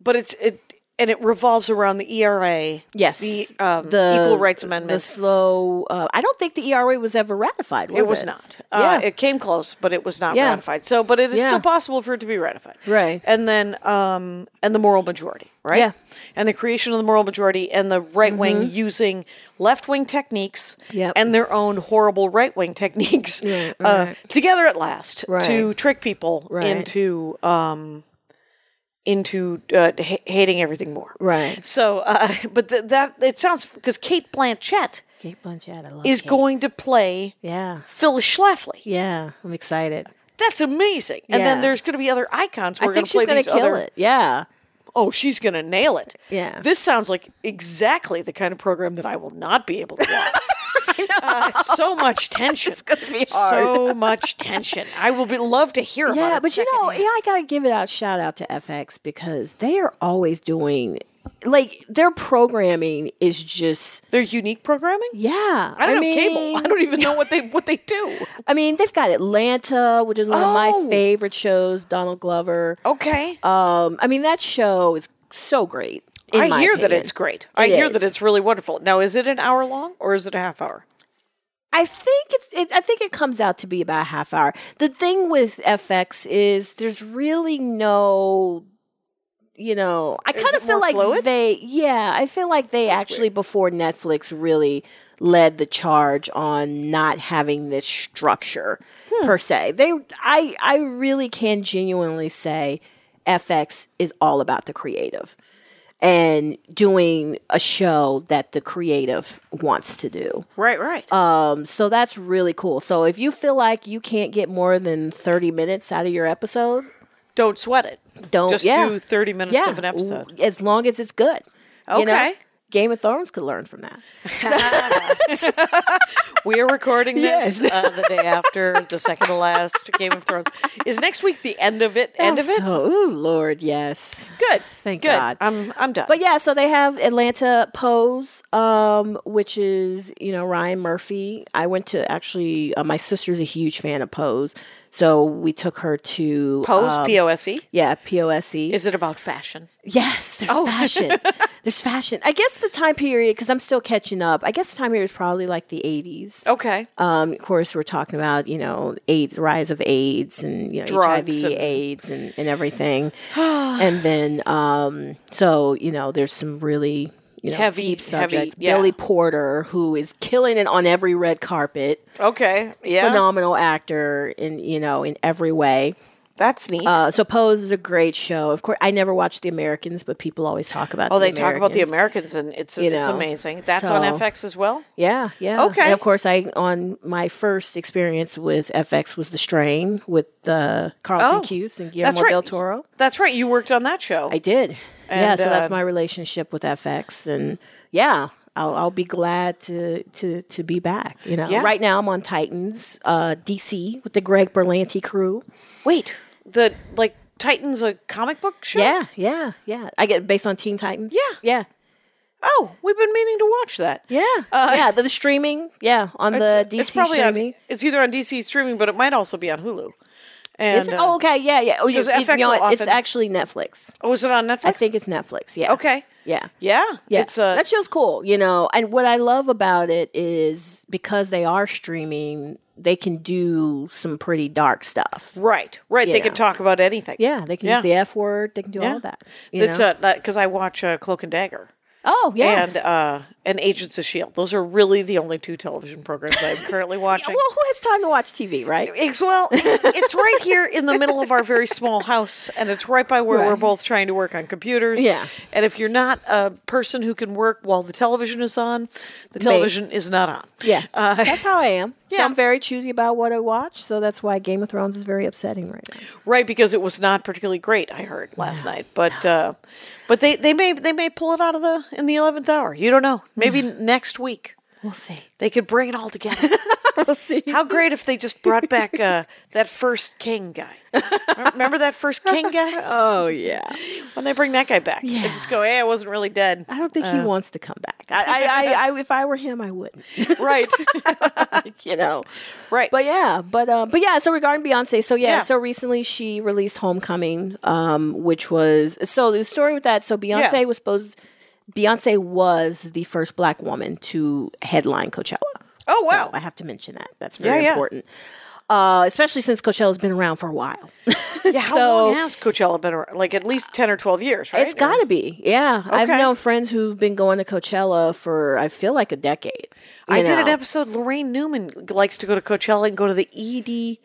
S1: but it's it and it revolves around the ERA.
S2: Yes,
S1: The um, Equal Rights
S2: The
S1: Amendment.
S2: slow. Uh, I don't think the ERA was ever ratified. Was
S1: it
S2: it
S1: was not. Uh,
S2: yeah.
S1: It came close, but it was not
S2: Yeah.
S1: ratified. So, but it is
S2: Yeah.
S1: still possible for it to be ratified.
S2: Right.
S1: And then, um, and the moral majority, right?
S2: Yeah. Mm-hmm.
S1: And the creation of the moral majority and the right wing using left wing techniques
S2: Yep.
S1: and their own horrible right wing techniques uh, together at last to
S2: Right.
S1: trick people
S2: Right.
S1: into um, into uh, ha- hating everything more.
S2: Right.
S1: So, uh, but th- that it sounds because Kate Blanchett
S2: Kate Blanchett. I love
S1: is
S2: Kate.
S1: going to play
S2: Yeah,
S1: Phyllis Schlafly.
S2: yeah. I'm excited.
S1: That's amazing. And then
S2: Yeah.
S1: there's going to be other icons. We're
S2: I think
S1: gonna
S2: she's
S1: play
S2: gonna
S1: these
S2: kill
S1: other-
S2: it. Yeah.
S1: Oh, she's going to nail it.
S2: Yeah.
S1: This sounds like exactly the kind of program that I will not be able to watch. Uh, so much tension. It's going to be
S2: hard.
S1: So much tension. I will be love to hear about
S2: Yeah,
S1: it
S2: but you know,
S1: secondhand.
S2: yeah, I gotta give it out shout out to FX because they are always doing like their programming is just
S1: Their unique programming?
S2: yeah.
S1: I don't have
S2: mean,
S1: cable. I don't even know what they what they do.
S2: I mean, they've got Atlanta, which is one of
S1: Oh.
S2: my favorite shows. Donald Glover.
S1: Okay.
S2: Um, I mean, that show is so great. in
S1: I
S2: my
S1: hear that
S2: opinion.
S1: it's great. I
S2: It
S1: hear that
S2: is.
S1: it's really wonderful. Now, is it an hour long or is it a half hour?
S2: I think it's. It, I think it comes out to be about a half hour. The thing with FX is there's really no. You know, I kind
S1: it
S2: of feel
S1: more
S2: like
S1: fluid?
S2: they. Yeah, I feel like they actually before Netflix really led the charge on not having this structure
S1: Hmm.
S2: per se. They. I. I really can genuinely say, FX is all about the creative. And doing a show that the creative wants to do.
S1: Right, right.
S2: Um, so that's really cool. So if you feel like you can't get more than 30 minutes out of your episode,
S1: Don't sweat it.
S2: don't
S1: Just
S2: yeah.
S1: do 30 minutes
S2: yeah.
S1: of an episode.
S2: As long as it's good. You know?
S1: Okay.
S2: Game of Thrones could learn from that.
S1: We are recording this
S2: Yes.
S1: uh, the day after the second to last Game of Thrones. Is next week the end of it? End of it?
S2: Oh, So, ooh, Lord, yes.
S1: Good.
S2: Thank
S1: Good.
S2: God.
S1: I'm I'm done.
S2: But yeah, so they have Atlanta Pose, um, which is you know Ryan Murphy. I went to actually uh, my sister's a huge fan of Pose, so we took her to
S1: Pose
S2: um,
S1: P O S E.
S2: yeah, P O S E.
S1: Is it about fashion?
S2: Yes, there's
S1: Oh.
S2: fashion. there's fashion. I guess the time period, because I'm still catching up. I guess the time period is probably like the 80s.
S1: Okay.
S2: Um, of course, we're talking about you know AIDS, the rise of AIDS and you know
S1: Drugs
S2: HIV,
S1: and-
S2: AIDS, and, and everything. and then, um, so you know, there's some really you know
S1: Heavy-
S2: deep
S1: heavy,
S2: subjects.
S1: yeah.
S2: Billy Porter, who is killing it on every red carpet,
S1: Okay. Yeah.
S2: phenomenal actor in you know in every way.
S1: That's neat.
S2: Uh, so Pose is a great show. Of course, I never watched The Americans, but people always talk about.
S1: oh,
S2: the
S1: they talk about the
S2: Americans.
S1: Americans, and it's
S2: you
S1: it's
S2: know,
S1: amazing. That's
S2: so-
S1: on FX as well.
S2: Yeah, yeah.
S1: Okay.
S2: And of course, I on my first experience with FX was The Strain with uh, Carlton
S1: Oh,
S2: Cuse and
S1: that's
S2: Guillermo
S1: right.
S2: del Toro.
S1: That's right. You worked on that show.
S2: I did. yeah,
S1: And,
S2: so
S1: uh,
S2: that's my relationship with FX, and yeah, I'll, I'll be glad to to to be back. You know,
S1: Yeah.
S2: right now I'm on Titans uh, DC with the Greg Berlanti crew.
S1: Wait. The like Titans a comic book show.
S2: Yeah, yeah, yeah. I get based on Teen Titans.
S1: Yeah.
S2: yeah.
S1: Oh, we've been meaning to watch that.
S2: Yeah, yeah. The, the streaming, yeah, on the DC
S1: Uh, probably
S2: streaming.
S1: On, it's either on DC streaming, but it might also be on Hulu. And
S2: Is it?
S1: uh,
S2: oh, okay. Yeah, yeah. Oh, you,
S1: because
S2: you, you
S1: FX
S2: know
S1: will
S2: what? It's
S1: often-
S2: actually Netflix.
S1: oh, is it on Netflix?
S2: I think it's Netflix. Yeah.
S1: Okay.
S2: Yeah.
S1: Yeah,
S2: Yeah,
S1: It's uh,
S2: that show's cool, you know. And what I love about it is because they are streaming, they can do some pretty dark stuff.
S1: right, right. They
S2: Yeah.
S1: can talk about anything.
S2: Yeah, they can
S1: Yeah.
S2: use the F word. They can do all
S1: Yeah.
S2: of that. You
S1: It's
S2: know?
S1: because I watch uh, Cloak and Dagger
S2: oh yeah.
S1: and uh, and Agents of Shield. Those are really the only two television programs I'm currently watching.
S2: well, who has time to watch TV, right?
S1: It's well, it's right here in the middle of our very small house, and it's right by where we're
S2: Right.
S1: both trying to work on computers.
S2: Yeah.
S1: And if you're not a person who can work while the television is on, the television is not on.
S2: Yeah, that's how I am.
S1: Uh, yeah.
S2: So I'm very choosy about what I watch, so that's why Game of Thrones is very upsetting right now.
S1: Right, because it was not particularly great. I heard last night, but uh, but they, they may they may pull it out of the in the eleventh hour. You don't know. Maybe
S2: Mm.
S1: next week
S2: We'll see.
S1: they could bring it all together.
S2: We'll see.
S1: How great if they just brought back uh, that first king guy. Remember that first king guy?
S2: Oh yeah.
S1: When they bring that guy back, and just go, "Hey, I wasn't really dead."
S2: I don't think
S1: Uh.
S2: he wants to come back. I, I, I, I, if I were him, I wouldn't.
S1: right,
S2: you know.
S1: right.
S2: But yeah, but uh, but yeah. So regarding Beyonce, so yeah,
S1: Yeah.
S2: so recently she released Homecoming, um, which was so the story with that. So Beyonce
S1: Yeah.
S2: was supposed. Beyonce was the first black woman to headline Coachella.
S1: oh wow,
S2: So I have to mention that. That's very
S1: Yeah, yeah.
S2: important. Uh, especially since Coachella's been around for a while.
S1: yeah. How
S2: so-
S1: long has Coachella been around? Like at least ten or twelve years, right?
S2: It's got to be. Yeah. I've
S1: Okay.
S2: known friends who've been going to Coachella for, I feel like, a decade.
S1: I
S2: you
S1: did an
S2: know.
S1: episode. Lorraine Newman likes to go to Coachella and go to the ED,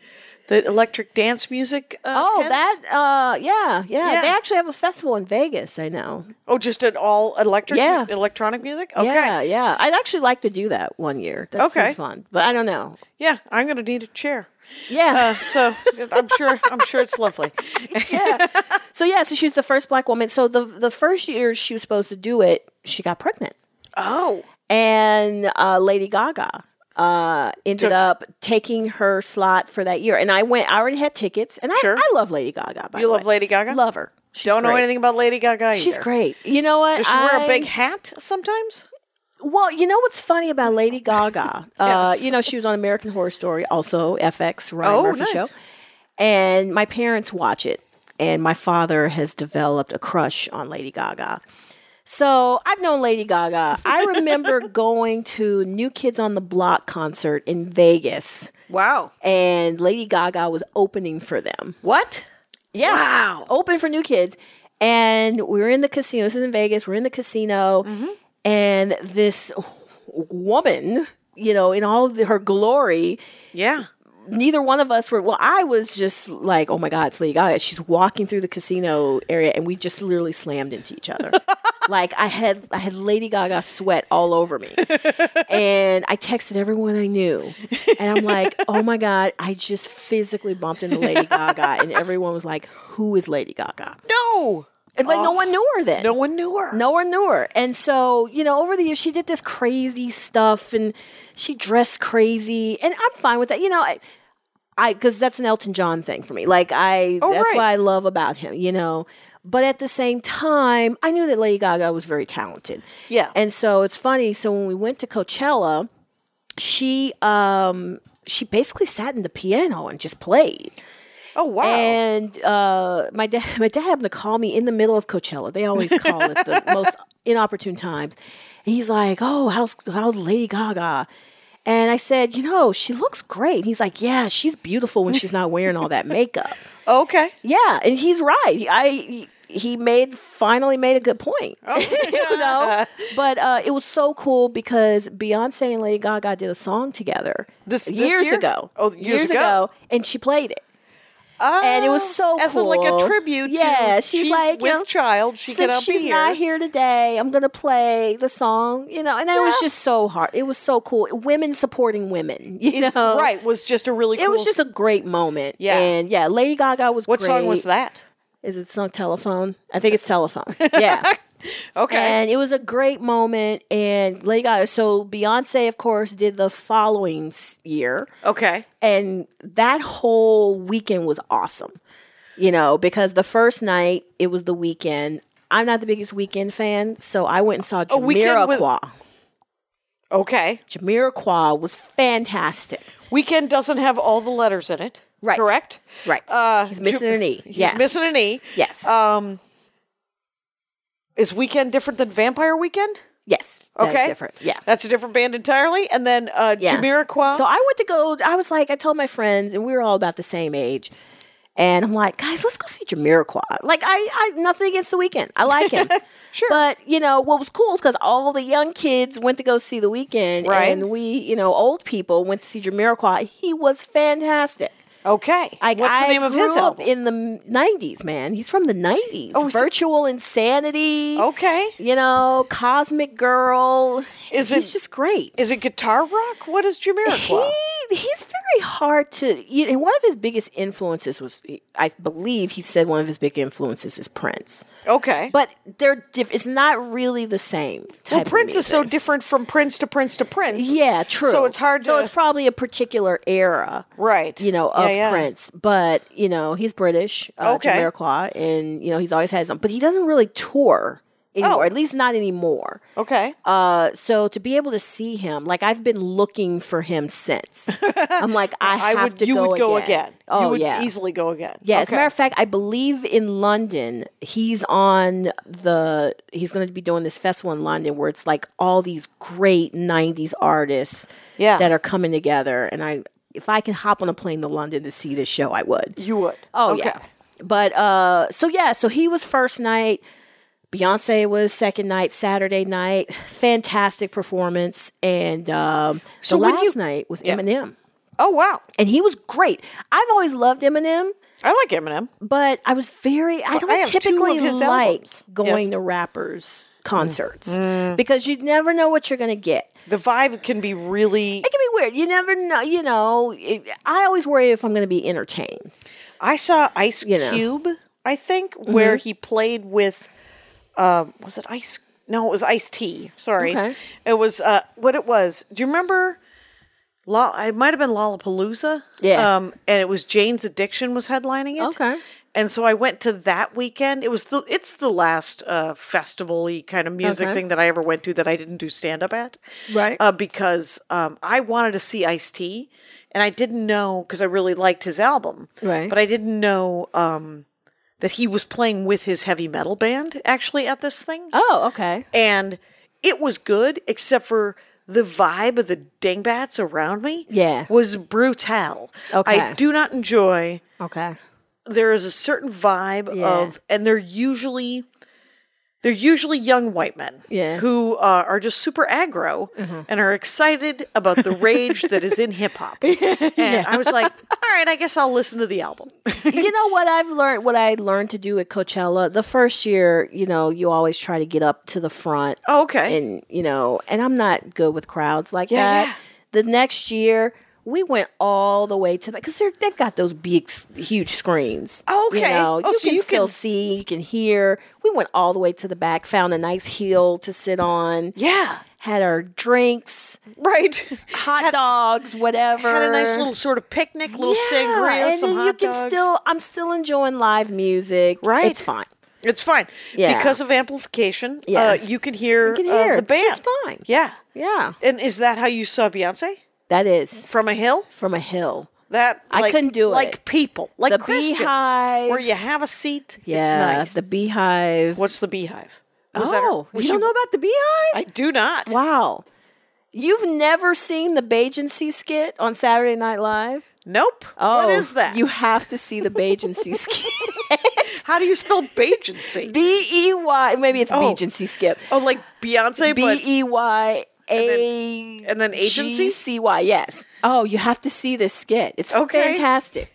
S1: the Electric Dance Music. Uh,
S2: Oh,
S1: tents.
S2: that, uh, yeah, yeah,
S1: Yeah.
S2: They actually have a festival in Vegas, I know.
S1: Oh, just an all electric,
S2: Yeah.
S1: electronic music. Okay, yeah,
S2: Yeah, yeah. I'd actually like to do that one year. That
S1: Okay.
S2: seems fun. But I don't know.
S1: I'm gonna need a chair. Uh,
S2: Yeah.
S1: so I'm sure, I'm sure it's lovely.
S2: so yeah, so she's the first black woman. So the the first year she was supposed to do it, she got pregnant.
S1: Oh,
S2: and uh, Lady Gaga uh, ended up taking her slot for that year. And I went. I already had tickets, and I,
S1: Sure.
S2: I love Lady Gaga. By
S1: You
S2: the
S1: love
S2: way.
S1: Lady Gaga?
S2: Love her. She's
S1: don't know
S2: great.
S1: anything about Lady Gaga.
S2: She's
S1: either.
S2: great. You know what?
S1: Does she wear a big
S2: I-
S1: hat sometimes?
S2: Well, you know what's funny about Lady Gaga? uh,
S1: Yes.
S2: you know she was on American Horror Story, also FX Ryan
S1: Oh,
S2: Murphy
S1: nice.
S2: show, and my parents watch it, and my father has developed a crush on Lady Gaga. So I've known Lady Gaga. I remember going to New Kids on the Block concert in Vegas,
S1: Wow.
S2: and Lady Gaga was opening for them.
S1: What?
S2: Yeah.
S1: Wow.
S2: Open for new kids. And we were in the casino. This is in Vegas. We're in the casino. And this woman, you know, in all of her glory,
S1: Yeah.
S2: neither one of us were, well, I was just like, oh my God, it's Lady Gaga. She's walking through the casino area. And we just literally slammed into each other. like I had, I had Lady Gaga sweat all over me. and I texted everyone I knew. And I'm like, oh my God, I just physically bumped into Lady Gaga. And everyone was like, who is Lady Gaga?
S1: No.
S2: And like no one knew her then.
S1: Oh. No one knew her.
S2: No one knew her. And so, you know, over the years, she did this crazy stuff and she dressed crazy. And I'm fine with that. You know, I, I, cause that's an Elton John thing for me. Like, I,
S1: Oh,
S2: that's
S1: right.
S2: what I love about him, you know. But at the same time, I knew that Lady Gaga was very talented.
S1: Yeah.
S2: And so it's funny. So when we went to Coachella, she, um, she basically sat in the piano and just played.
S1: Oh wow.
S2: And uh, my dad, my dad happened to call me in the middle of Coachella. They always call it the most inopportune times. And he's like, "Oh, how's how's Lady Gaga?" And I said, "You know, she looks great." And he's like, "Yeah, she's beautiful when she's not wearing all that makeup."
S1: oh, okay.
S2: Yeah, and he's right. I he made finally made a good point. you know, but uh, it was so cool because Beyonce and Lady Gaga did a song together
S1: This- this
S2: years
S1: year?
S2: ago.
S1: Oh, years ago.
S2: and she played it
S1: Oh,
S2: and it was so
S1: as a-
S2: cool.
S1: like a tribute.
S2: Yeah,
S1: to,
S2: she's, like
S1: with
S2: you know,
S1: child. She
S2: since
S1: cannot
S2: she's
S1: be
S2: not
S1: here.
S2: here today, I'm gonna play the song. You know, and it was
S1: Yeah.
S2: just so hard. It was so cool. Women supporting women. You
S1: It's-
S2: know,
S1: right was just a really.
S2: It
S1: cool
S2: was just
S1: s-
S2: a great moment.
S1: Yeah.
S2: and yeah, Lady Gaga was.
S1: What song was
S2: great.
S1: that?
S2: Is it the song Telephone? I think it's Telephone. Yeah.
S1: Okay.
S2: And it was a great moment. And Lady Gaga, so Beyonce, of course, did the following s- year
S1: okay.
S2: and that whole weekend was awesome you know because the first night it was the weekend i'm not the biggest weekend fan so i went and saw
S1: weekend with-
S2: jamiroquai
S1: Okay.
S2: jamiroquai was fantastic
S1: Weekend doesn't have all the letters in it.
S2: Right.
S1: Correct?
S2: Right.
S1: Uh,
S2: he's missing
S1: Ju-
S2: an E.
S1: He's
S2: yeah.
S1: missing an E.
S2: yes.
S1: Um, is Weekend different than Vampire Weekend?
S2: yes. That is
S1: Okay.
S2: different. Yeah.
S1: That's a different band entirely. And then uh,
S2: Yeah.
S1: Jamiroquai.
S2: So I went to go. I was like, I told my friends, and we were all about the same age. And I'm like, guys, let's go see Jamiroquai. Like, I, I nothing against the weekend. I like him. sure. But you know what was cool is because all the young kids went to go see the weekend,
S1: Right.
S2: and we, you know, old people went to see Jamiroquai. He was fantastic.
S1: okay.
S2: Like,
S1: What's the
S2: I
S1: name of
S2: grew
S1: his
S2: up
S1: album?
S2: in the m- '90s, man. He's from the '90s.
S1: Oh, so-
S2: Virtual Insanity.
S1: okay.
S2: You know, Cosmic Girl.
S1: Is
S2: He's
S1: it-
S2: just great.
S1: Is it guitar rock? What is Jamiroquai?
S2: He he's very hard to. You know, one of his biggest influences was, I believe, he said one of his big influences is Prince.
S1: okay.
S2: But they're diff- It's not really the same. Type
S1: well,
S2: of
S1: Prince is so
S2: music.
S1: different from Prince to Prince to Prince.
S2: Yeah, true.
S1: So it's hard
S2: So
S1: to-
S2: it's probably a particular era,
S1: Right.
S2: You know,
S1: Yeah,
S2: of
S1: yeah.
S2: Prince, but you know he's British, uh,
S1: Okay.
S2: Jamiroquai, and you know he's always had some, but he doesn't really tour
S1: Oh.
S2: anymore, at least not anymore.
S1: Okay.
S2: Uh, so to be able to see him, like I've been looking for him since. I'm like, I have
S1: I would.
S2: to
S1: You
S2: go
S1: would go
S2: again.
S1: again.
S2: Oh
S1: you would
S2: yeah,
S1: easily go again.
S2: yeah. As a
S1: Okay.
S2: matter of fact, I believe in London, he's on the. He's going to be doing this festival in London where it's like all these great '90s artists
S1: Yeah.
S2: that are coming together, and I. If I can hop on a plane to London to see this show, I would.
S1: you would.
S2: Oh
S1: okay.
S2: yeah. But uh so yeah, so he was first night. Beyonce was second night, Saturday night. Fantastic performance. And um
S1: So
S2: the
S1: when
S2: last
S1: you-
S2: night was Eminem.
S1: Oh wow.
S2: And he was great. I've always loved Eminem,
S1: I like Eminem.
S2: but I was very I don't
S1: I have two of
S2: typically
S1: his
S2: like
S1: albums.
S2: going
S1: Yes. Mm.
S2: to rappers concerts because you never know what you're going to get.
S1: The vibe can be really.
S2: It can be weird. You never know, you know, it, I always worry if I'm going to be entertained.
S1: I saw Ice
S2: You know. Mm-hmm.
S1: Cube. I think where he played with. Um, was it Ice? No, it was Ice T. Sorry,
S2: Okay.
S1: it was uh, what it was. Do you remember? Lo- it might have been Lollapalooza.
S2: Yeah.
S1: Um, and it was Jane's Addiction was headlining it.
S2: Okay.
S1: And so I went to that weekend. It was the it's the last uh, festival-y kind of music
S2: Okay.
S1: thing that I ever went to that I didn't do stand up at.
S2: Right.
S1: Uh, because um, I wanted to see Ice T, and I didn't know because I really liked his album.
S2: Right.
S1: But I didn't know um, that he was playing with his heavy metal band actually at this thing
S2: Oh, okay.
S1: and it was good except for the vibe of the dingbats around me
S2: Yeah.
S1: was brutal
S2: Okay.
S1: i do not enjoy
S2: Okay.
S1: there is a certain vibe
S2: Yeah.
S1: of and they're usually they're usually young white men
S2: Yeah. Mm-hmm.
S1: who uh, are just super aggro and are excited about the rage that is in hip hop. And I was like, all right, I guess I'll listen to the album.
S2: you know what I've learned what I learned to do at Coachella the first year, you know, you always try to get up to the front
S1: Oh, okay.
S2: and you know, and I'm not good with crowds like
S1: Yeah,
S2: that.
S1: yeah.
S2: The next year we went all the way to the because they're they've got those big, s- huge screens. you,
S1: Okay.
S2: know,
S1: Oh,
S2: you
S1: so
S2: can
S1: you
S2: still
S1: can-
S2: see, you can hear. We went all the way to the back, found a nice heel to sit on,
S1: yeah.
S2: had our drinks,
S1: Right.
S2: hot dogs, whatever.
S1: Had a nice little sort of picnic, little sangria,
S2: and
S1: some
S2: then
S1: hot
S2: you can
S1: dogs.
S2: still I'm still enjoying live music.
S1: Right.
S2: It's fine.
S1: It's fine.
S2: Yeah.
S1: Because of amplification,
S2: Yeah.
S1: uh, you can hear,
S2: can
S1: uh,
S2: hear
S1: the band.
S2: just fine.
S1: Yeah.
S2: Yeah.
S1: And is that how you saw Beyonce?
S2: That is
S1: From a hill?
S2: from a hill.
S1: That
S2: I
S1: like-
S2: couldn't do
S1: Like
S2: it.
S1: people, like
S2: The
S1: Christians,
S2: beehive.
S1: where you have a seat.
S2: Yeah.
S1: It's nice.
S2: The beehive.
S1: What's the beehive? Was that her-
S2: oh,
S1: was
S2: you don't
S1: she-
S2: know about the beehive?
S1: I do not.
S2: wow. You've never seen the Bajency skit on Saturday Night Live?
S1: Nope.
S2: Oh,
S1: what is that?
S2: You have to see the Bajency skit.
S1: How do you spell Bajency?
S2: B E Y. Maybe it's
S1: Oh.
S2: Bajency skip.
S1: oh, like Beyonce,
S2: B E Y A
S1: and then agency?
S2: G C Y. Yes. Oh, you have to see this skit. It's
S1: Okay.
S2: fantastic.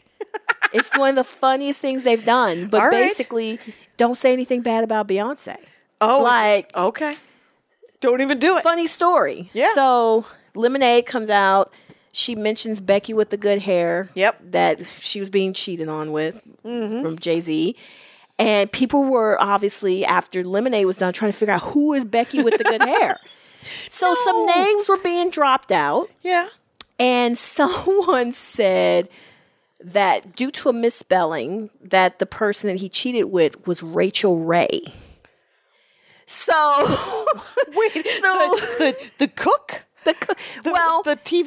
S2: it's one of the funniest things they've done. But
S1: All right.
S2: basically, don't say anything bad about Beyonce.
S1: but oh, is it-
S2: like-
S1: okay. Don't even do it.
S2: Funny story.
S1: Yeah.
S2: So Lemonade comes out. She mentions Becky with the good hair.
S1: Yep. Mm-hmm.
S2: That she was being cheated on with from Jay Z. And people were obviously after Lemonade was done trying to figure out who is Becky with the good hair. So some names were being dropped out.
S1: Yeah.
S2: and someone said that due to a misspelling that the person that he cheated with was Rachel Ray. So
S1: Wait.
S2: So-
S1: Oh the, the the cook.
S2: the, c-
S1: The,
S2: well
S1: the TV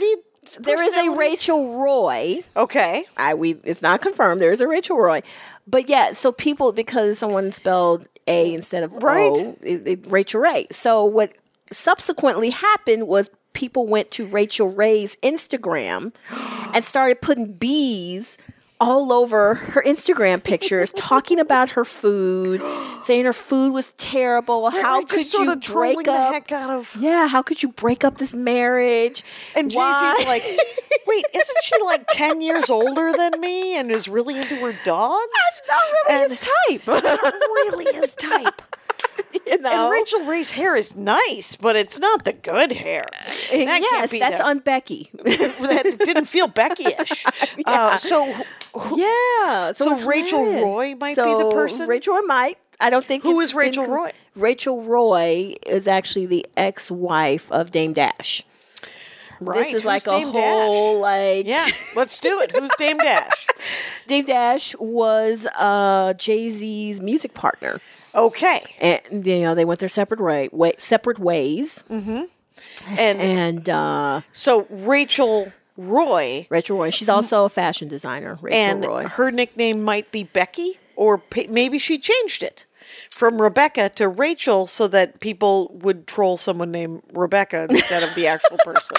S2: there is a
S1: personality-
S2: Rachel Roy.
S1: Okay.
S2: I we it's not confirmed. There is a Rachel Roy, but yeah. So people because someone spelled A instead of
S1: Right.
S2: O, it, it- Rachel Ray. So what subsequently happened was people went to Rachel Ray's Instagram and started putting bees all over her Instagram pictures, talking about her food, saying her food was terrible. How
S1: Right,
S2: could
S1: just
S2: you
S1: sorta trolling
S2: break
S1: the
S2: up?
S1: heck out of
S2: yeah, how could you break up this marriage?
S1: And Jay
S2: Why?
S1: Z's like, wait, isn't she like 10 years older than me and is really into her dogs?
S2: not really
S1: and
S2: his type.
S1: really his type.
S2: you know?
S1: And Rachel Ray's hair is nice, but it's not the good hair. That
S2: Uh, yes,
S1: can't be
S2: that's
S1: the-
S2: on Becky.
S1: that didn't feel Becky-ish. Uh, so who,
S2: yeah.
S1: So
S2: it's
S1: Rachel
S2: hard.
S1: Roy might be the
S2: So
S1: person?
S2: Rachel Roy might. I don't think
S1: Who
S2: it's
S1: is
S2: been
S1: Rachel Roy?
S2: Rachel Roy is actually the ex-wife of Dame Dash.
S1: right,
S2: This is
S1: who's
S2: like a
S1: Dame
S2: whole
S1: Dash?
S2: like
S1: Yeah, let's do it. Who's Dame Dash?
S2: Dame Dash was uh, Jay Z's music partner,
S1: Okay,
S2: and you know they went their separate way, way separate ways.
S1: Mm-hmm. and,
S2: And uh,
S1: so Rachel Roy
S2: Rachel Roy, she's also a fashion designer. Rachel
S1: and
S2: Oh, Roy,
S1: her nickname might be Becky, or p- maybe she changed it from Rebecca to Rachel so that people would troll someone named Rebecca instead of the actual person.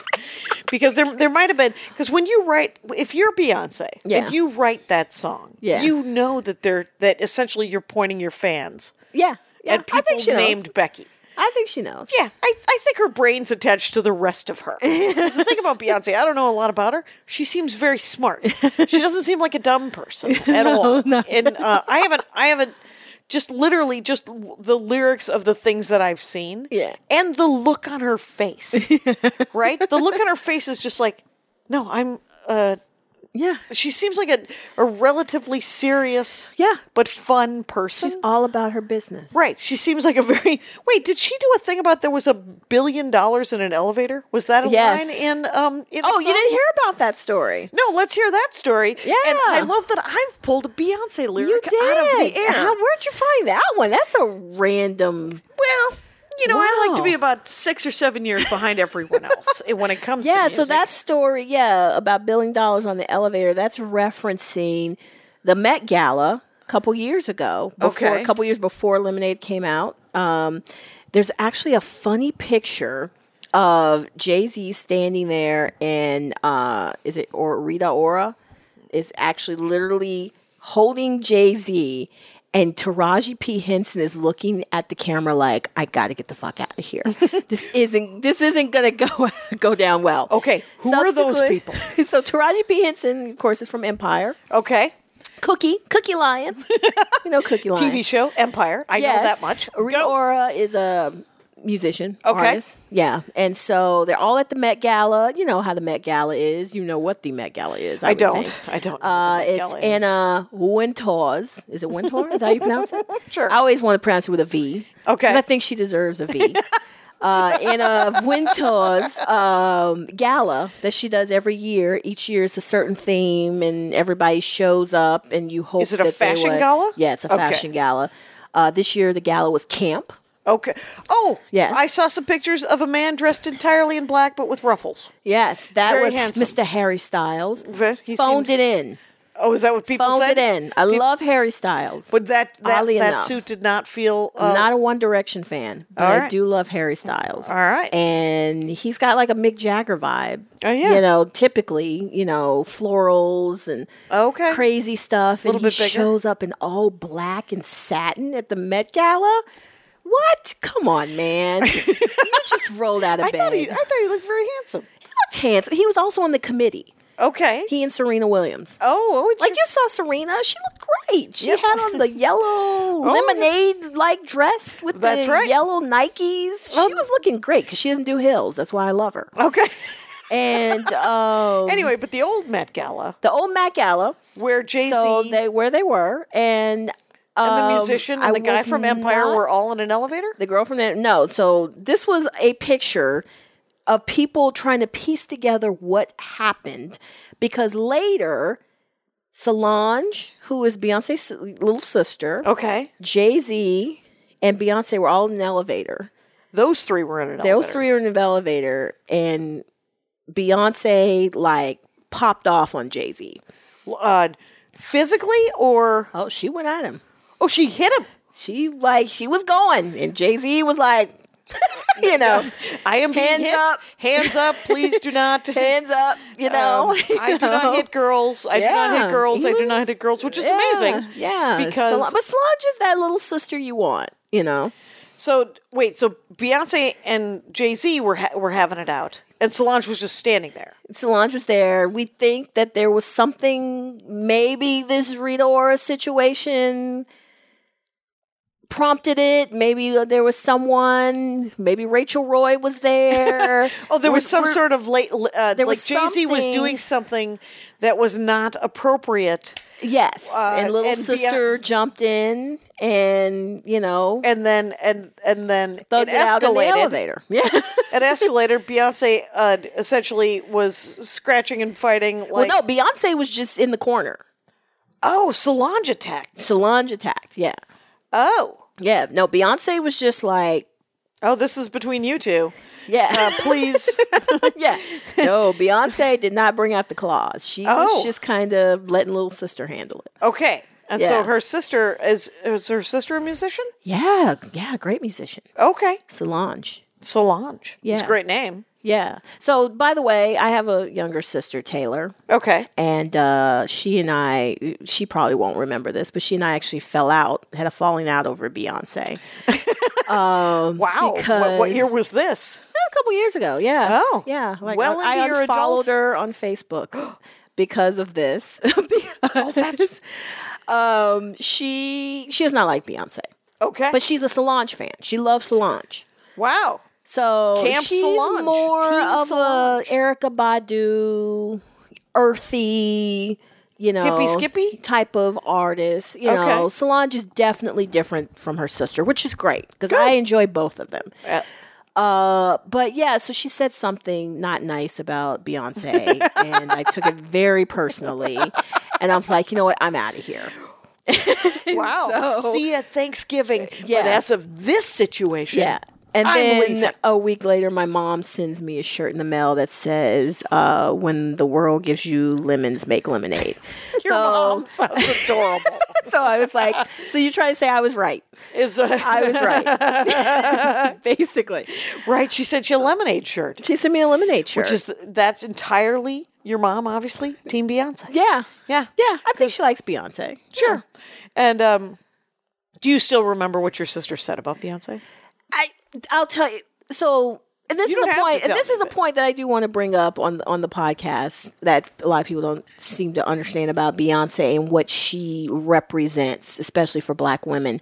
S1: Because there, there might have been because when you write, if you're Beyonce
S2: Yeah.
S1: and you write that song,
S2: Yeah.
S1: you know that they're that essentially you're pointing your fans
S2: yeah, yeah,
S1: at people
S2: I think she knows.
S1: named Becky.
S2: I think she knows.
S1: Yeah, I, I think her brain's attached to the rest of her. That's the thing about Beyonce. I don't know a lot about her. She seems very smart. She doesn't seem like a dumb person at all. And uh, I haven't, I haven't, just literally, just w- the lyrics of the things that I've seen.
S2: Yeah.
S1: And the look on her face, right? The look on her face is just like, no, I'm, uh,
S2: yeah.
S1: she seems like a, a relatively serious,
S2: Yeah.
S1: but fun person.
S2: She's all about her business.
S1: Right. She seems like a very wait. Did she do a thing about there was a billion dollars in an elevator? Was that a
S2: Yes.
S1: line in um? In a
S2: Oh,
S1: song?
S2: you didn't hear about that story.
S1: No, let's hear that story.
S2: Yeah.
S1: and I love that I've pulled a Beyonce lyric
S2: You did.
S1: out of the air.
S2: How- where'd you find that one? That's a random.
S1: well, you know, I like to
S2: Wow.
S1: be about six or seven years behind everyone else when it comes.
S2: Yeah,
S1: to
S2: so
S1: music.
S2: that story, yeah, about billion dollars on the elevator, that's referencing the Met Gala a couple years ago. Before,
S1: Okay.
S2: A couple years before Lemonade came out. Um, there's actually a funny picture of Jay Z standing there in, uh, is it or Rita Ora? Is actually literally holding Jay Z. And Taraji P. Henson is looking at the camera like, "I got to get the fuck out of here. this isn't this isn't gonna go go down well."
S1: Okay, who are those
S2: Subsequent-
S1: people?
S2: so Taraji P. Henson, of course, is from Empire.
S1: okay.
S2: Cookie, Cookie Lion, you know Cookie Lion.
S1: TV show Empire. I know that
S2: Yes.
S1: much.
S2: Rita
S1: Go.
S2: Ora is a musician.
S1: Okay.
S2: artist. Yeah, and so they're all at the Met Gala. You know how the Met Gala is. You know what the Met Gala is. I,
S1: I
S2: would
S1: don't.
S2: think.
S1: I don't. know
S2: Uh,
S1: what the
S2: it's
S1: hell it is.
S2: Anna Wintour's. Is it Wintour? Is that how you pronounce it?
S1: Sure.
S2: I always want to pronounce it with a V.
S1: Okay.
S2: Because I think she deserves a V. uh, Anna Wintour's um, gala that she does every year. Each year is a certain theme, and everybody shows up, and you hope.
S1: Is it a
S2: that they
S1: fashion
S2: would-
S1: gala?
S2: Yeah, it's a
S1: Okay.
S2: fashion gala. Uh, this year the gala was camp.
S1: Okay. Oh,
S2: Yes.
S1: I saw some pictures of a man dressed entirely in black but with ruffles.
S2: Yes, that
S1: Very
S2: was
S1: handsome.
S2: Mr. Harry Styles.
S1: Ve- he
S2: phoned
S1: seemed-
S2: it in.
S1: Oh, is that what people
S2: Phoned
S1: said?
S2: it in. I love Harry Styles.
S1: But that that,
S2: Oddly
S1: that
S2: enough.
S1: suit did not feel uh,
S2: I'm not a One Direction fan, but
S1: All
S2: I
S1: right.
S2: do love Harry Styles.
S1: All right.
S2: And he's got like a Mick Jagger vibe.
S1: Oh, yeah.
S2: You know, typically, you know, florals and
S1: Okay.
S2: crazy stuff. And
S1: Little
S2: he
S1: bit bigger.
S2: shows up in all black and satin at the Met Gala. What? Come on, man. you just rolled out of
S1: I
S2: bed.
S1: thought he I thought he looked very handsome.
S2: Not handsome. He was also on the committee.
S1: Okay.
S2: He and Serena Williams.
S1: oh, oh, it's
S2: Like
S1: like
S2: you saw Serena, she looked great. She had on the yellow lemonade like dress with
S1: Oh, That's
S2: the
S1: right. Um,
S2: yellow Nikes. She was looking great because she doesn't do heels. That's why I love her.
S1: okay.
S2: And um,
S1: anyway, but the old Met Gala
S2: the old Mac Gala.
S1: where Jay Z
S2: So they where they were and um,
S1: and the musician
S2: I
S1: and the guy
S2: was
S1: from Empire
S2: not-
S1: were all in an elevator.
S2: the girl from the no. So this was a picture of people trying to piece together what happened because later. Solange, who is Beyonce's little sister,
S1: Okay,
S2: Jay Z and Beyonce were all in an elevator.
S1: those three were in an
S2: Those
S1: elevator.
S2: three are in an elevator, and Beyonce like popped off on Jay Z.
S1: Uh, physically or
S2: Oh, she went at him.
S1: oh, she hit him.
S2: She like she was going, and Jay Z was like, you know,
S1: I am being
S2: Hands
S1: hit.
S2: up.
S1: Hands up. Please do not.
S2: hands up, you know.
S1: Um, I do not hit girls. I do not hit
S2: Yeah,
S1: girls.
S2: he
S1: I do not
S2: was-
S1: hit girls, which is
S2: yeah,
S1: amazing.
S2: Yeah,
S1: because
S2: Solange, but Solange is that little sister you want, you know.
S1: so wait, so Beyonce and Jay Z were ha- were having it out, and Solange was just standing there.
S2: Solange was there. We think that there was something, maybe this Rita Ora situation prompted it. Maybe there was someone, maybe Rachel Roy was there.
S1: Oh, there was
S2: We're-
S1: some
S2: we're-
S1: sort of late. Uh, like
S2: There was
S1: Jay Z was
S2: something-
S1: doing something that was not appropriate,
S2: Yes.
S1: uh,
S2: and little
S1: and Beyonce-
S2: sister jumped in and, you know,
S1: and then and and then
S2: thugged
S1: it
S2: it out in the
S1: escalated.
S2: elevator. Yeah.
S1: It escalated. Beyonce uh, essentially was scratching and fighting. Like,
S2: well, no, Beyonce was just in the corner.
S1: oh, Solange attacked.
S2: Solange attacked. Yeah.
S1: Oh,
S2: Yeah. No, Beyonce was just like,
S1: oh, this is between you two.
S2: yeah.
S1: Uh, please.
S2: yeah. No, Beyonce did not bring out the claws. She
S1: Oh.
S2: was just kind of letting little sister handle it.
S1: Okay. And so
S2: Yeah.
S1: her sister is is her sister a musician?
S2: Yeah, yeah, great musician.
S1: Okay.
S2: Solange.
S1: Solange. It's a
S2: Yeah.
S1: great name.
S2: Yeah. So by the way, I have a younger sister, Taylor,
S1: Okay.
S2: and uh, she and I she probably won't remember this, but she and I actually fell out, had a falling out over Beyonce.
S1: Wow. What, what
S2: Um, because-
S1: year was this?
S2: a couple years ago. Yeah.
S1: Oh.
S2: yeah. Like
S1: Well
S2: I,
S1: into your
S2: I unfollowed
S1: adult-
S2: her on Facebook because of this. oh,
S1: that's-
S2: um, she she does not like Beyonce,
S1: Okay.
S2: but she's a Solange fan. She loves Solange.
S1: wow.
S2: So
S1: Camp
S2: she's
S1: Solange.
S2: more
S1: Team
S2: of
S1: Solange.
S2: a Erica Badu, earthy, you know,
S1: Hippy skippy?
S2: type of artist. You
S1: Okay.
S2: know, Solange is definitely different from her sister, which is great because I enjoy both of them.
S1: Yeah.
S2: Uh, but yeah, so she said something not nice about Beyonce, and I took it very personally. And I was like, you know what? I'm out of here.
S1: Wow. See you at Thanksgiving.
S2: Yeah.
S1: But as of this situation.
S2: Yeah. And
S1: I'm
S2: then
S1: leaving.
S2: a week later, my mom sends me a shirt in the mail that says, uh, "When the world gives you lemons, make lemonade."
S1: Your mom sounds adorable.
S2: so I was like, "So you're trying to say I was right?
S1: is uh,
S2: I was right, basically."
S1: right. She sent you a lemonade shirt.
S2: She sent me a lemonade shirt,
S1: Which is that's entirely your mom, obviously. Team Beyonce.
S2: yeah,
S1: Yeah.
S2: yeah. I think she likes Beyonce.
S1: Sure. And um, do you still remember what your sister said about Beyonce?
S2: I I'll tell you. So, and this
S1: You
S2: is
S1: don't
S2: a
S1: have
S2: point.
S1: to tell
S2: And this
S1: me,
S2: is a
S1: but-
S2: point that I do want to bring up on on the podcast that a lot of people don't seem to understand about Beyonce and what she represents, especially for Black women.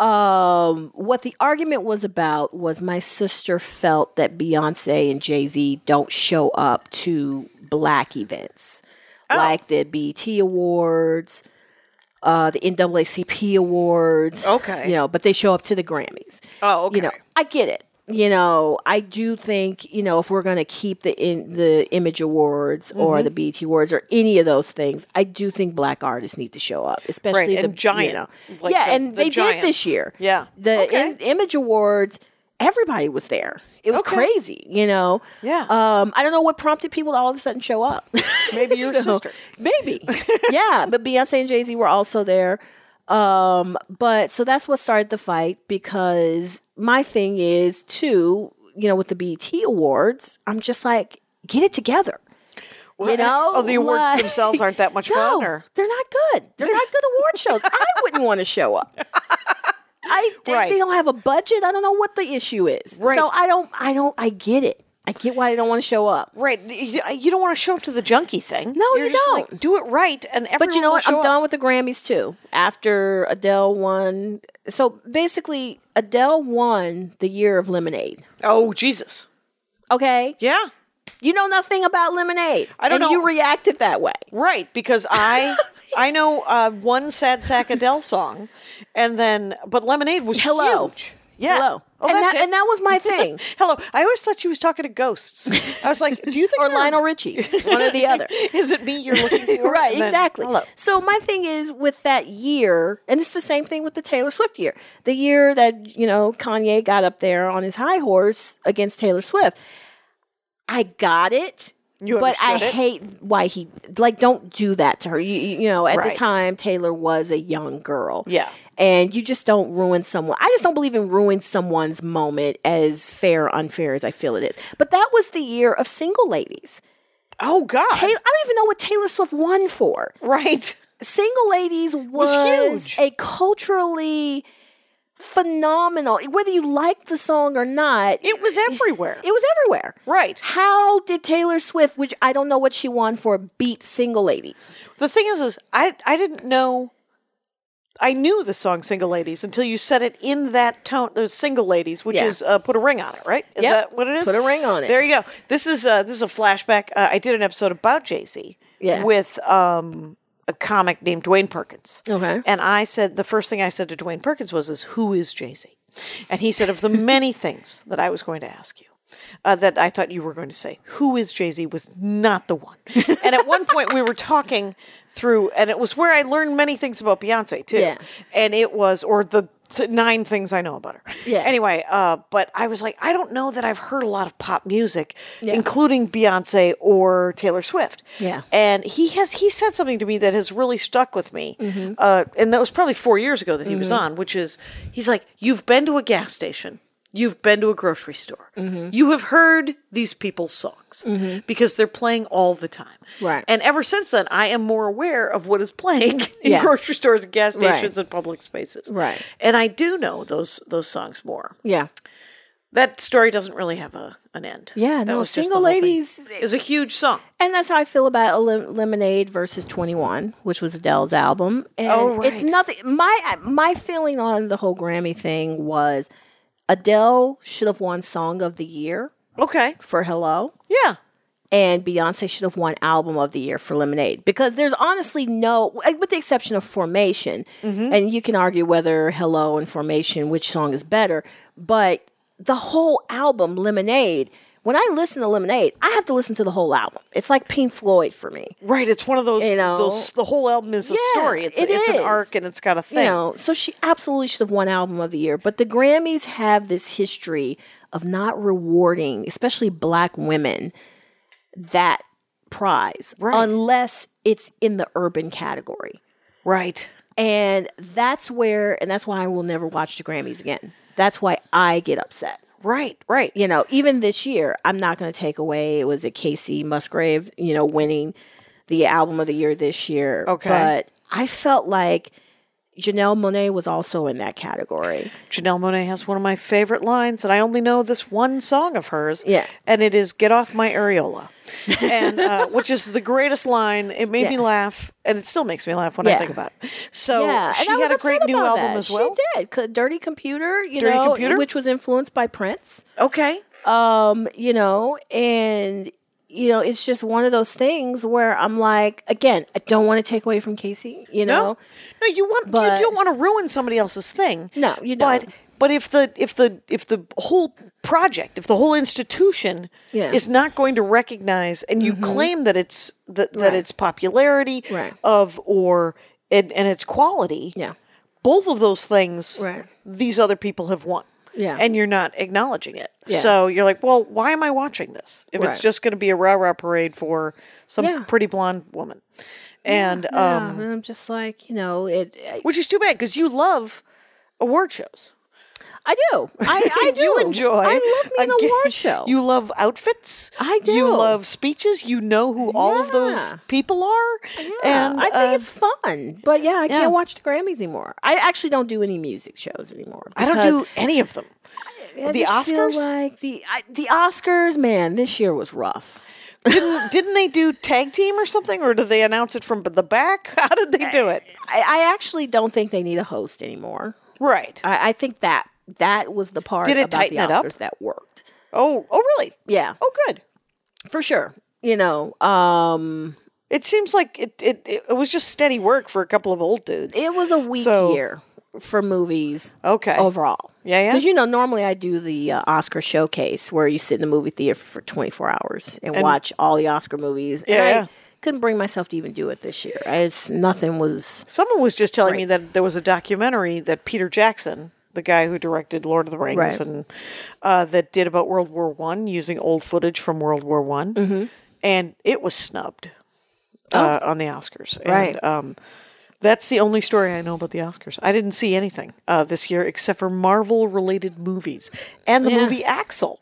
S2: Um, what the argument was about was my sister felt that Beyonce and Jay Z don't show up to Black events
S1: Oh.
S2: like the BET Awards, uh, the NAACP Awards.
S1: Okay.
S2: you know, but they show up to the Grammys.
S1: Oh, okay.
S2: You know, I get it. You know, I do think you know if we're going to keep the in the Image Awards or
S1: Mm-hmm.
S2: the BET Awards or any of those things, I do think Black artists need to show up, especially
S1: and
S2: the
S1: giant,
S2: You know,
S1: like
S2: yeah,
S1: the-
S2: and
S1: the
S2: they did
S1: giants.
S2: this year.
S1: Yeah.
S2: the
S1: Okay.
S2: in- Image Awards. Everybody was there. It was
S1: Okay.
S2: crazy, you know.
S1: Yeah.
S2: Um, I don't know what prompted people to all of a sudden show up.
S1: Maybe your
S2: So,
S1: sister.
S2: Maybe. yeah. But Beyonce and Jay Z were also there. Um, but so that's what started the fight because my thing is too, you know, with the BET awards, I'm just like, get it together. you know?
S1: Oh, the awards
S2: Like-
S1: themselves aren't that much
S2: No,
S1: fun, or
S2: they're not good. They're not good award shows. I wouldn't want to show up. I think
S1: Right.
S2: they don't have a budget. I don't know what the issue is.
S1: Right.
S2: So I don't I don't I get it. I get why they don't want to show up.
S1: right? You you don't want to show up to the junkie thing.
S2: No,
S1: You're
S2: you
S1: just
S2: don't.
S1: Like, do it right, and everyone
S2: But you know
S1: will
S2: what? I'm
S1: show up.
S2: done with the Grammys too. After Adele won, so basically Adele won the year of Lemonade.
S1: Oh Jesus!
S2: Okay,
S1: Yeah,
S2: you know nothing about Lemonade.
S1: I don't know.
S2: and You reacted that way.
S1: right. Because I I know uh, one sad sack Adele song, and then but Lemonade was
S2: Hello.
S1: huge. Yeah.
S2: Hello.
S1: Oh,
S2: and,
S1: that's
S2: that,
S1: it.
S2: and that was my thing.
S1: Hello. I always thought she was talking to ghosts. I was like, do you think
S2: or
S1: you're-
S2: Lionel Richie, one or the other.
S1: Is it me you're looking for?
S2: right,
S1: And then,
S2: exactly.
S1: hello.
S2: So my thing is with that year, and it's the same thing with the Taylor Swift year. The year that, you know, Kanye got up there on his high horse against Taylor Swift. I got it.
S1: You
S2: but I
S1: understood it?
S2: hate why he like don't do that to her. You, you you know, at
S1: Right.
S2: the time Taylor was a young girl.
S1: Yeah.
S2: And you just don't ruin someone. I just don't believe in ruin someone's moment as fair or unfair as I feel it is. But that was the year of single ladies.
S1: Oh God!
S2: Taylor, I don't even know what Taylor Swift won for.
S1: right.
S2: Single Ladies was,
S1: huge.
S2: a culturally phenomenal. Whether you liked the song or not, it,
S1: It was everywhere.
S2: was everywhere.
S1: right.
S2: How did Taylor Swift, which I don't know what she won for, beat Single Ladies?
S1: The thing is, is I I didn't know. I knew the song "Single Ladies" until you said it in that tone. Those "Single Ladies," which
S2: Yeah.
S1: is uh, put a ring on it, right? Is
S2: Yep.
S1: that what it is?
S2: Put a ring on it.
S1: There you go. This is uh, this is a flashback. Uh, I did an episode about Jay Z.
S2: Yeah.
S1: With um. A comic named Dwayne Perkins.
S2: Okay.
S1: And I said, the first thing I said to Dwayne Perkins was, is who is Jay Z? And he said, of the many things that I was going to ask you, uh, that I thought you were going to say, who is Jay Z was not the one. and at one point we were talking through, and it was where I learned many things about Beyonce too.
S2: Yeah.
S1: And it was, or the t- nine things I know about her.
S2: Yeah.
S1: Anyway, uh, but I was like, I don't know that I've heard a lot of pop music, including Beyonce or Taylor Swift.
S2: Yeah.
S1: And he has he said something to me that has really stuck with me.
S2: Mm-hmm.
S1: Uh, and that was probably four years ago that he was on, which is he's like, You've been to a gas station, you've been to a grocery store,
S2: Mm-hmm.
S1: you have heard these people's songs because they're playing all the time.
S2: Right.
S1: And ever since then I am more aware of what is playing in
S2: Yeah.
S1: grocery stores and gas
S2: Right.
S1: stations and public spaces.
S2: Right.
S1: And I do know those those songs more.
S2: Yeah.
S1: That story doesn't really have a, an end.
S2: Yeah,
S1: That
S2: no,
S1: was just
S2: Single
S1: the whole thing.
S2: Ladies-
S1: is a huge song.
S2: And that's how I feel about Elim- Lemonade versus 21, which was Adele's album. And
S1: Oh, right.
S2: it's nothing my my feeling on the whole Grammy thing was Adele should have won song of the year
S1: Okay.
S2: for Hello.
S1: Yeah.
S2: and Beyonce should have won album of the year for Lemonade because there's honestly no, with the exception of Formation, and you can argue whether Hello and Formation, which song is better, but the whole album, Lemonade, when I listen to Lemonade, I have to listen to the whole album. It's like Pink Floyd for me.
S1: Right, it's one of those.
S2: You know?
S1: those the whole album is a
S2: Yeah,
S1: story. It's
S2: it
S1: it's an
S2: is.
S1: arc and it's got a thing.
S2: You know, so she absolutely should have won album of the year. But the Grammys have this history of not rewarding, especially black women, that prize
S1: Right.
S2: unless it's in the urban category.
S1: right,
S2: And that's where and that's why I will never watch the Grammys again. That's why I get upset.
S1: right, right.
S2: You know, even this year, I'm not going to take away. It was a Casey Musgrave, you know, winning the album of the year this year.
S1: Okay.
S2: but I felt like Janelle Monet was also in that category.
S1: Janelle Monet has one of my favorite lines, and I only know this one song of hers.
S2: Yeah.
S1: and it is "Get off my areola," and uh, which is the greatest line. It made me
S2: Yeah.
S1: laugh, and it still makes me laugh when I
S2: Yeah.
S1: think about it. So
S2: yeah,
S1: Oh, she
S2: and I was
S1: had a
S2: upset
S1: great new
S2: about
S1: album
S2: that.
S1: as well.
S2: She did. C- Dirty Computer, you
S1: Dirty
S2: know,
S1: Computer?
S2: which was influenced by Prince.
S1: Okay,
S2: um, you know, and you know, it's just one of those things where I'm like, again, I don't want to take away from Casey, you know.
S1: No, you want
S2: But-
S1: you don't want to ruin somebody else's thing.
S2: No, you
S1: But
S2: don't.
S1: but if the if the if the whole project, if the whole institution
S2: Yeah. Mm-hmm.
S1: is not going to recognize and you claim that it's that, that
S2: Right.
S1: it's popularity
S2: Right.
S1: of or and, and its quality,
S2: Yeah.
S1: both of those things
S2: Right.
S1: these other people have won.
S2: Yeah.
S1: And you're not acknowledging it.
S2: Yeah.
S1: So you're like, well, why am I watching this? If it's
S2: Right.
S1: just going to be a rah rah parade for some
S2: Yeah.
S1: pretty blonde woman. And um,
S2: Yeah, and I'm just like, you know, it. I,
S1: which is too bad because you love award shows.
S2: I do. I, I do
S1: you enjoy.
S2: I love me an
S1: a ga-
S2: award show.
S1: You love outfits.
S2: I
S1: You
S2: do.
S1: love speeches. You know who all of those
S2: Yeah.
S1: people are.
S2: Yeah,
S1: and
S2: I think
S1: uh,
S2: it's fun, but yeah, I
S1: yeah.
S2: can't watch the Grammys anymore. I actually don't do any music shows anymore.
S1: I don't
S2: because
S1: do any of them.
S2: I
S1: the
S2: just feel
S1: Oscars?
S2: like the I, the Oscars, man, this year was rough.
S1: didn't didn't they do tag team or something, or did they announce it from the back? How did they do it?
S2: I, I actually don't think they need a host anymore.
S1: Right.
S2: I, I think that that was the part
S1: Did it
S2: about the
S1: tighten it up?
S2: Oscars that worked.
S1: Oh, oh, really?
S2: Yeah,
S1: Oh, good.
S2: for sure. You know, um,
S1: It seems like it, it, it was just steady work for a couple of old dudes.
S2: it was a weak
S1: So-
S2: year for movies.
S1: Okay.
S2: overall.
S1: Yeah, yeah.
S2: Because you know, normally I do the uh, Oscar showcase where you sit in the movie theater for 24 hours and, watch all the Oscar movies.
S1: Yeah,
S2: and I
S1: yeah.
S2: couldn't bring myself to even do it this year. It's nothing was
S1: Someone was just telling me that there was a documentary that Peter Jackson the guy who directed Lord of the Rings
S4: Right.
S1: and uh, that did about World War One using old footage from World War One,
S2: Mm-hmm.
S1: and it was snubbed uh, on the Oscars. And,
S2: Oh. Right.
S1: Um, that's the only story I know about the Oscars. I didn't see anything uh, this year except for Marvel related movies and the
S2: Yeah.
S1: movie Axel.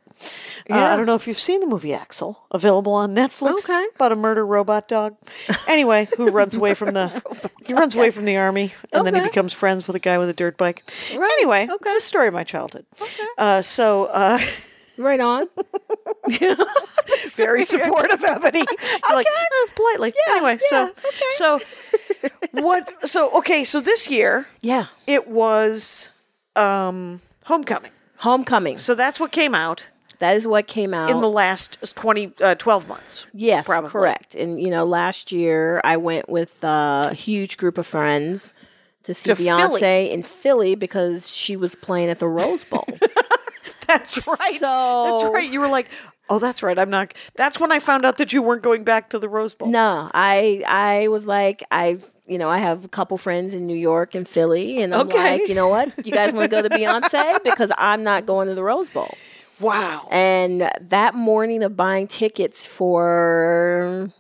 S1: Uh, I don't know if you've seen the movie Axel, available on Netflix.
S2: Okay.
S1: About a murder robot dog. Anyway, who runs away from the he runs away from the army and then he
S2: Okay.
S1: becomes friends with a guy with a dirt bike.
S2: Right,
S1: Anyway, it's
S2: okay.
S1: a story of my childhood. Okay. Uh, so uh,
S2: Right on.
S1: very supportive Ebony. You're Like "Oh, politely. anyway, so so what? So okay, so this year
S2: Yeah.
S1: it was um, Homecoming.
S2: Homecoming.
S1: So that's what came out
S2: That is what came out.
S1: in the last 20, uh, 12 months.
S2: yes,
S1: probably.
S2: correct. And you know, last year I went with a huge group of friends to see
S1: To
S2: Beyonce
S1: Philly.
S2: in Philly because she was playing at the Rose Bowl.
S1: That's right. that's
S2: So-
S1: right. You were like, oh, that's right. I'm not. That's when I found out that you weren't going back to the Rose Bowl.
S2: no, I I was like I you know I have a couple friends in New York and Philly, and I'm
S1: Okay.
S2: like, you know what, you guys want to go to Beyonce because I'm not going to the Rose Bowl.
S1: Wow.
S2: Uh, And that morning of buying tickets for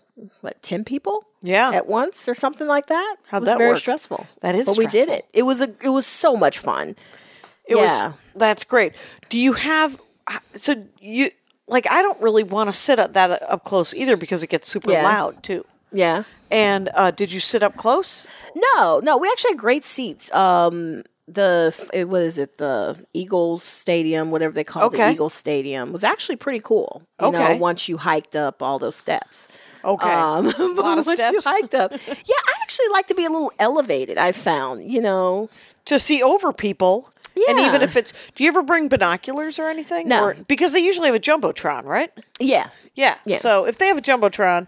S2: what ten people,
S1: Yeah.
S2: at once or something like that,
S1: How'd
S2: was
S1: that
S2: very
S1: work?
S2: stressful.
S1: That is
S2: but we did
S1: stressful.
S2: it. It was a it was so much fun.
S1: It
S2: Yeah.
S1: was that's great. Do you have so you like I don't really want to sit at that uh, up close either because it gets super
S2: Yeah.
S1: loud too.
S2: Yeah.
S1: And uh, did you sit up close?
S2: No, no, we actually had great seats. Um, the f- it- what is it? The Eagles Stadium, whatever they call
S1: Okay.
S2: the Eagles Stadium, was actually pretty cool. You know,
S1: Okay.
S2: once you hiked up all those steps.
S1: Okay.
S2: but
S1: lot of
S2: once you
S1: steps.
S2: hiked up, yeah, I actually like to be a little elevated. I found, you know,
S1: to see over people. And even
S2: Yeah.
S1: if it's, do you ever bring binoculars or anything?
S2: No.
S1: Or- because they usually have a jumbotron, right?
S2: yeah,
S1: Yeah.
S2: Yeah.
S1: So if they have a jumbotron,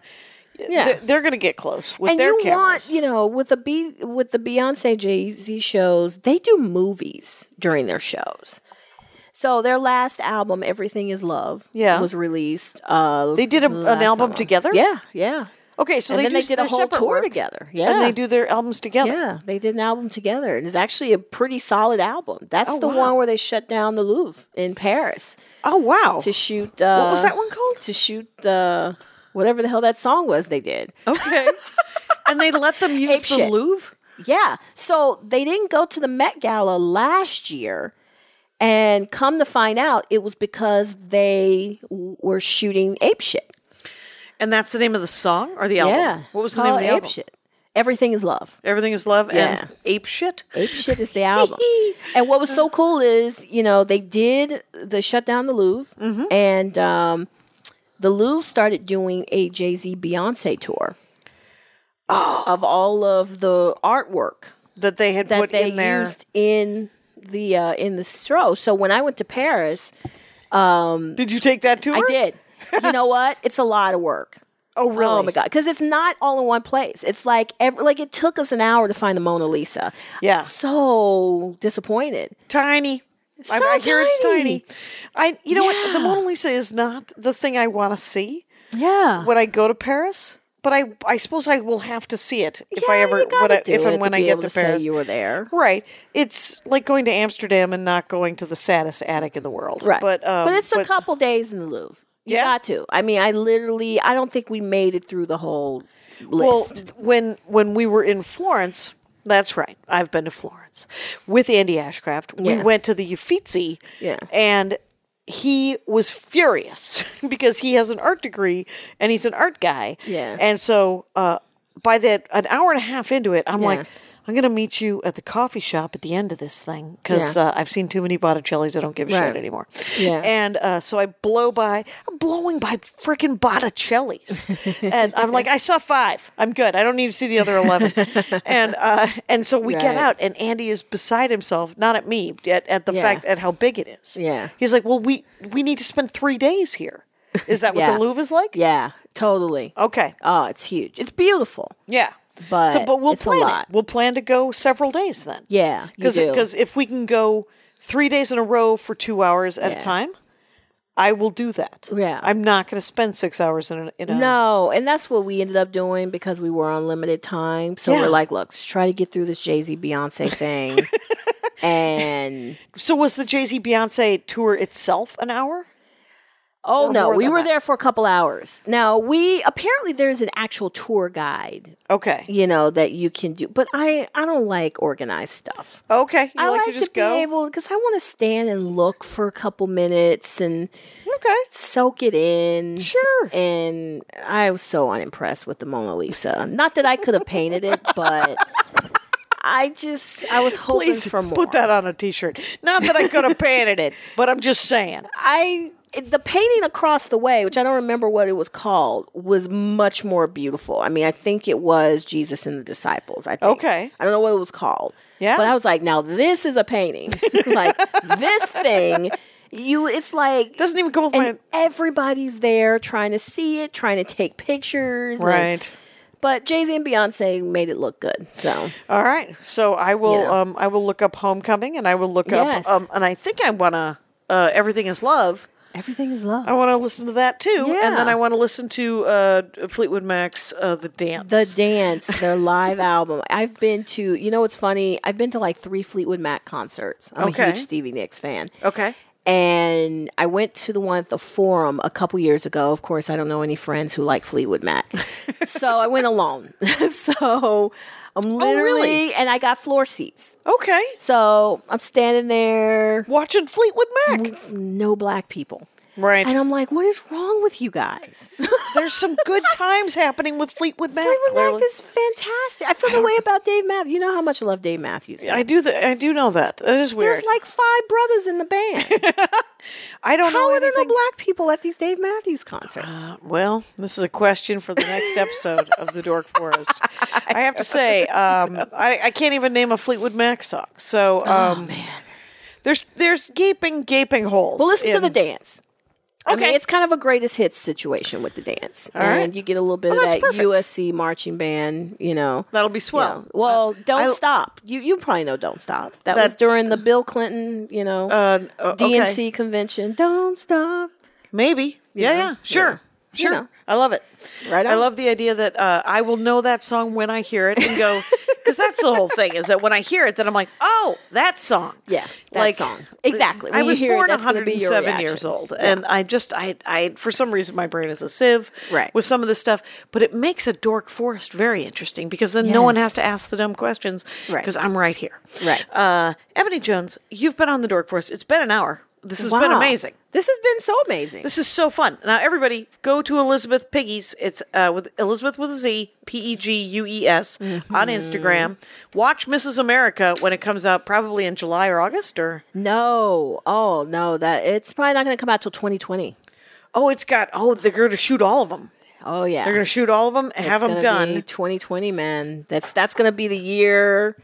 S2: yeah.
S1: they're, they're going to get close with
S2: and
S1: their
S2: you
S1: cameras.
S2: want you know with the B with the Beyonce Jay Z shows, they do movies during their shows. So their last album, Everything Is Love,
S1: Yeah.
S2: was released. Uh,
S1: They did a-
S2: last
S1: an album
S2: summer.
S1: together?
S2: Yeah, yeah.
S1: okay, so
S2: and
S1: they
S2: then
S1: do
S2: they did a
S1: their
S2: whole
S1: separate
S2: tour
S1: work,
S2: together. Yeah,
S1: and they do their albums together.
S2: Yeah, they did an album together, and it's actually a pretty solid album. That's the
S1: Oh, wow.
S2: one where they shut down the Louvre in Paris
S1: Oh wow!
S2: to shoot. Uh,
S1: was that one called?
S2: To shoot the whatever the hell that song was they did.
S1: Okay, and they let them use
S2: Ape
S1: the
S2: shit.
S1: Louvre.
S2: Yeah. So they didn't go to the Met Gala last year. And come to find out, it was because they w- were shooting Ape Shit.
S1: And that's the name of the song or the album?
S2: Yeah.
S1: What was
S2: It's
S1: the name of
S2: called
S1: the
S2: Ape
S1: album?
S2: Shit. Everything is Love.
S1: Everything is love
S2: Yeah.
S1: and ape shit.
S2: Ape Shit is the album. and what was so
S1: Uh-huh.
S2: cool is, you know, they did the shut down the Louvre.
S1: Mm-hmm.
S2: And um, the Louvre started doing a Jay Z Beyonce tour
S1: Oh.
S2: of all of the artwork.
S1: that they had
S2: that
S1: put
S2: they
S1: in there.
S2: used in the uh, in the show. So when I went to Paris,
S1: did you take that tour?
S2: I did. You know what? It's a lot of work.
S1: Oh really?
S2: Oh my god! Because it's not all in one place. It's like every, like it took us an hour to find the Mona Lisa.
S1: Yeah.
S2: So disappointed.
S1: Tiny. I,
S2: So
S1: I hear it's tiny.
S2: tiny.
S1: I you know what? The
S2: Yeah.
S1: Mona Lisa is not the thing I want to see
S2: Yeah.
S1: when I go to Paris. But I, I suppose I will have to see it if I
S2: Yeah,
S1: ever,
S2: you gotta
S1: when I,
S2: do
S1: if
S2: it
S1: and when
S2: to
S1: I
S2: be
S1: get
S2: able
S1: to
S2: say
S1: Paris.
S2: you were there.
S1: Right. It's like going to Amsterdam and not going to the saddest attic in the world.
S2: Right.
S1: But um,
S2: but it's a couple days in the Louvre. You
S1: Yeah.
S2: got to. I mean, I literally, I don't think we made it through the whole list.
S1: Well, when when we were in Florence, that's right. I've been to Florence with Andy Ashcraft. We
S2: Yeah.
S1: went to the Uffizi,
S2: Yeah.
S1: and he was furious because he has an art degree and he's an art guy.
S2: Yeah.
S1: and so uh, by that an hour and a half into it, I'm
S2: Yeah.
S1: like. I'm gonna meet you at the coffee shop at the end of this thing because
S2: Yeah.
S1: uh, I've seen too many Botticelli's. I don't give a
S2: Right.
S1: shit anymore.
S2: Yeah.
S1: And uh, so I blow by, I'm blowing by freaking Botticelli's. and I'm like, I saw five. I'm good. I don't need to see the other 11. and, uh, and so we get
S2: Right.
S1: out, and Andy is beside himself, not at me, at, at the
S2: Yeah.
S1: fact at how big it is.
S2: Yeah.
S1: He's like, Well, we, we need to spend three days here. Is that what
S2: Yeah.
S1: the Louvre is like?
S2: yeah, totally.
S1: Okay.
S2: Oh, it's huge. It's beautiful.
S1: Yeah. so,
S2: But
S1: but we'll
S2: it's a
S1: plan
S2: lot.
S1: it. We'll plan to go several days then.
S2: Yeah, you do.
S1: because if we can go three days in a row for two hours at a
S2: Yeah.
S1: time, I will do that.
S2: Yeah.
S1: I'm not going to spend six hours in a, in a
S2: No, and that's what we ended up doing because we were on limited time. So
S1: Yeah.
S2: we're like, look, let's try to get through this Jay Z Beyonce thing. and
S1: So was the Jay Z Beyonce tour itself an hour?
S2: Oh
S1: Or
S2: no,
S1: more
S2: we
S1: than
S2: were
S1: that.
S2: there for a couple hours. Now we apparently there's an actual tour guide,
S1: Okay.
S2: you know, that you can do. But I I don't like organized stuff.
S1: Okay. Oh, You
S2: I
S1: like, to just go?
S2: be able because I want to stand and look for a couple minutes and
S1: okay.
S2: soak it in.
S1: Sure.
S2: And I was so unimpressed with the Mona Lisa. Not that I could have painted it, but I just I was hoping
S1: Please
S2: for more.
S1: put that on a T-shirt. Not that I could have painted it, but I'm just saying.
S2: I the painting across the way, which I don't remember what it was called, was much more beautiful. I mean, I think it was Jesus and the disciples. I think.
S1: Okay.
S2: I don't know what it was called.
S1: Yeah.
S2: But I was like, now this is a painting. like this thing, you. It's like
S1: Doesn't even go with
S2: and
S1: my
S2: everybody's there trying to see it, trying to take pictures. and-
S1: right.
S2: but Jay Z and Beyonce made it look good. So
S1: All right. So I will
S2: Yeah.
S1: um I will look up Homecoming and I will look
S2: Yes.
S1: up um and I think I want to uh Everything is Love.
S2: everything is love.
S1: I want to listen to that too and then
S2: Yeah.
S1: I want to listen to uh Fleetwood Mac's uh The Dance.
S2: The Dance, their live album. I've been to, you know what's funny? I've been to like three Fleetwood Mac concerts. I'm
S1: Okay.
S2: a huge Stevie Nicks fan.
S1: Okay.
S2: And I went to the one at the Forum a couple years ago. Of course, I don't know any friends who like Fleetwood Mac. so I went alone. so I'm
S1: Oh,
S2: literally, and I got floor seats.
S1: Okay.
S2: So I'm standing there,
S1: Watching Fleetwood Mac.
S2: Mm-hmm. no black people.
S1: Right.
S2: And I'm like, what is wrong with you guys?
S1: There's some good times happening with Fleetwood Mac.
S2: Fleetwood
S1: clearly.
S2: Mac is fantastic. I feel the way about Dave Matthews. You know how much I love Dave Matthews.
S1: I do th- I do know that. That is weird.
S2: There's like five brothers in the band.
S1: I don't
S2: How
S1: know
S2: are there no
S1: anything. Uh,
S2: black people at these Dave Matthews concerts?
S1: Well, this is a question for the next episode of the Dork Forest. I have to say, um, I, I can't even name a Fleetwood Mac song. So,
S2: Oh,
S1: um, there's there's gaping gaping holes.
S2: well, listen to
S1: in-
S2: the dance. I
S1: Okay.
S2: mean, it's kind of a greatest hits situation with the dance,
S1: right.
S2: and you get a little bit
S1: Well,
S2: of
S1: that's
S2: that
S1: perfect.
S2: USC marching band. You know,
S1: That'll be
S2: you
S1: swell.
S2: know. well,
S1: I-
S2: don't stop. You you probably know, don't stop. That,
S1: That-
S2: was during the Bill Clinton, you know,
S1: Uh,
S2: Oh,
S1: uh, okay.
S2: DNC convention. Don't stop.
S1: Maybe. Yeah,
S2: know?
S1: yeah. Sure.
S2: You
S1: Sure.
S2: know.
S1: I love it.
S2: Right
S1: I
S2: on.
S1: love the idea that uh, I will know that song when I hear it and go because that's the whole thing is that when I hear it, then I'm like, oh, that song.
S2: Yeah, that song. Exactly.
S1: I
S2: When you
S1: was
S2: hear it,
S1: born
S2: that's gonna be your
S1: 107 years
S2: reaction.
S1: old, and I just, I, I, for some reason, my brain is a sieve
S2: Right.
S1: with some of this stuff. But it makes a dork forest very interesting because then no one
S2: Yes.
S1: has to ask the dumb questions
S2: Right.
S1: because I'm right here.
S2: Right.
S1: Uh, Ebony Jones, you've been on the dork forest. It's been an hour. This has been
S2: Wow.
S1: amazing.
S2: This has been so amazing.
S1: This is so fun. Now, everybody, go to Elizabeth Piggies. It's uh, with Elizabeth with a Z, P E G U E S, on Instagram. Watch Mrs. America when it comes out, probably in July or August. Or
S2: No. Oh no, that it's probably not going to come out till 2020.
S1: oh, it's got oh, they're going to shoot all of them.
S2: Oh yeah.
S1: They're going to shoot all of them and have them done.
S2: 2020, man. That's that's going to be the year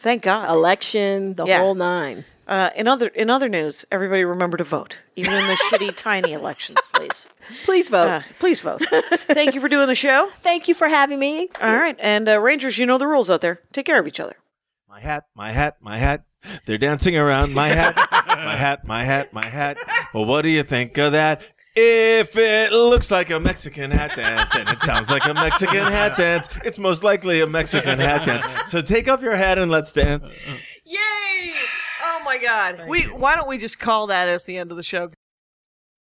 S1: Thank God.
S2: election, the
S1: Yeah.
S2: whole nine.
S1: Uh, in other in other news, everybody remember to vote, even in the shitty tiny elections, please.
S2: Please vote.
S1: Uh, please vote. Thank you for doing the show.
S2: Thank you for having me.
S1: All right, and uh, Rangers, you know the rules out there. Take care of each other.
S5: My hat, my hat, my hat. They're dancing around my hat, my hat, my hat, my hat. Well, what do you think of that? If it looks like a Mexican hat dance and it sounds like a Mexican hat dance, it's most likely a Mexican hat dance. So take off your hat and let's dance.
S6: Yay! Oh my God. we why don't we just call that as the end of the show?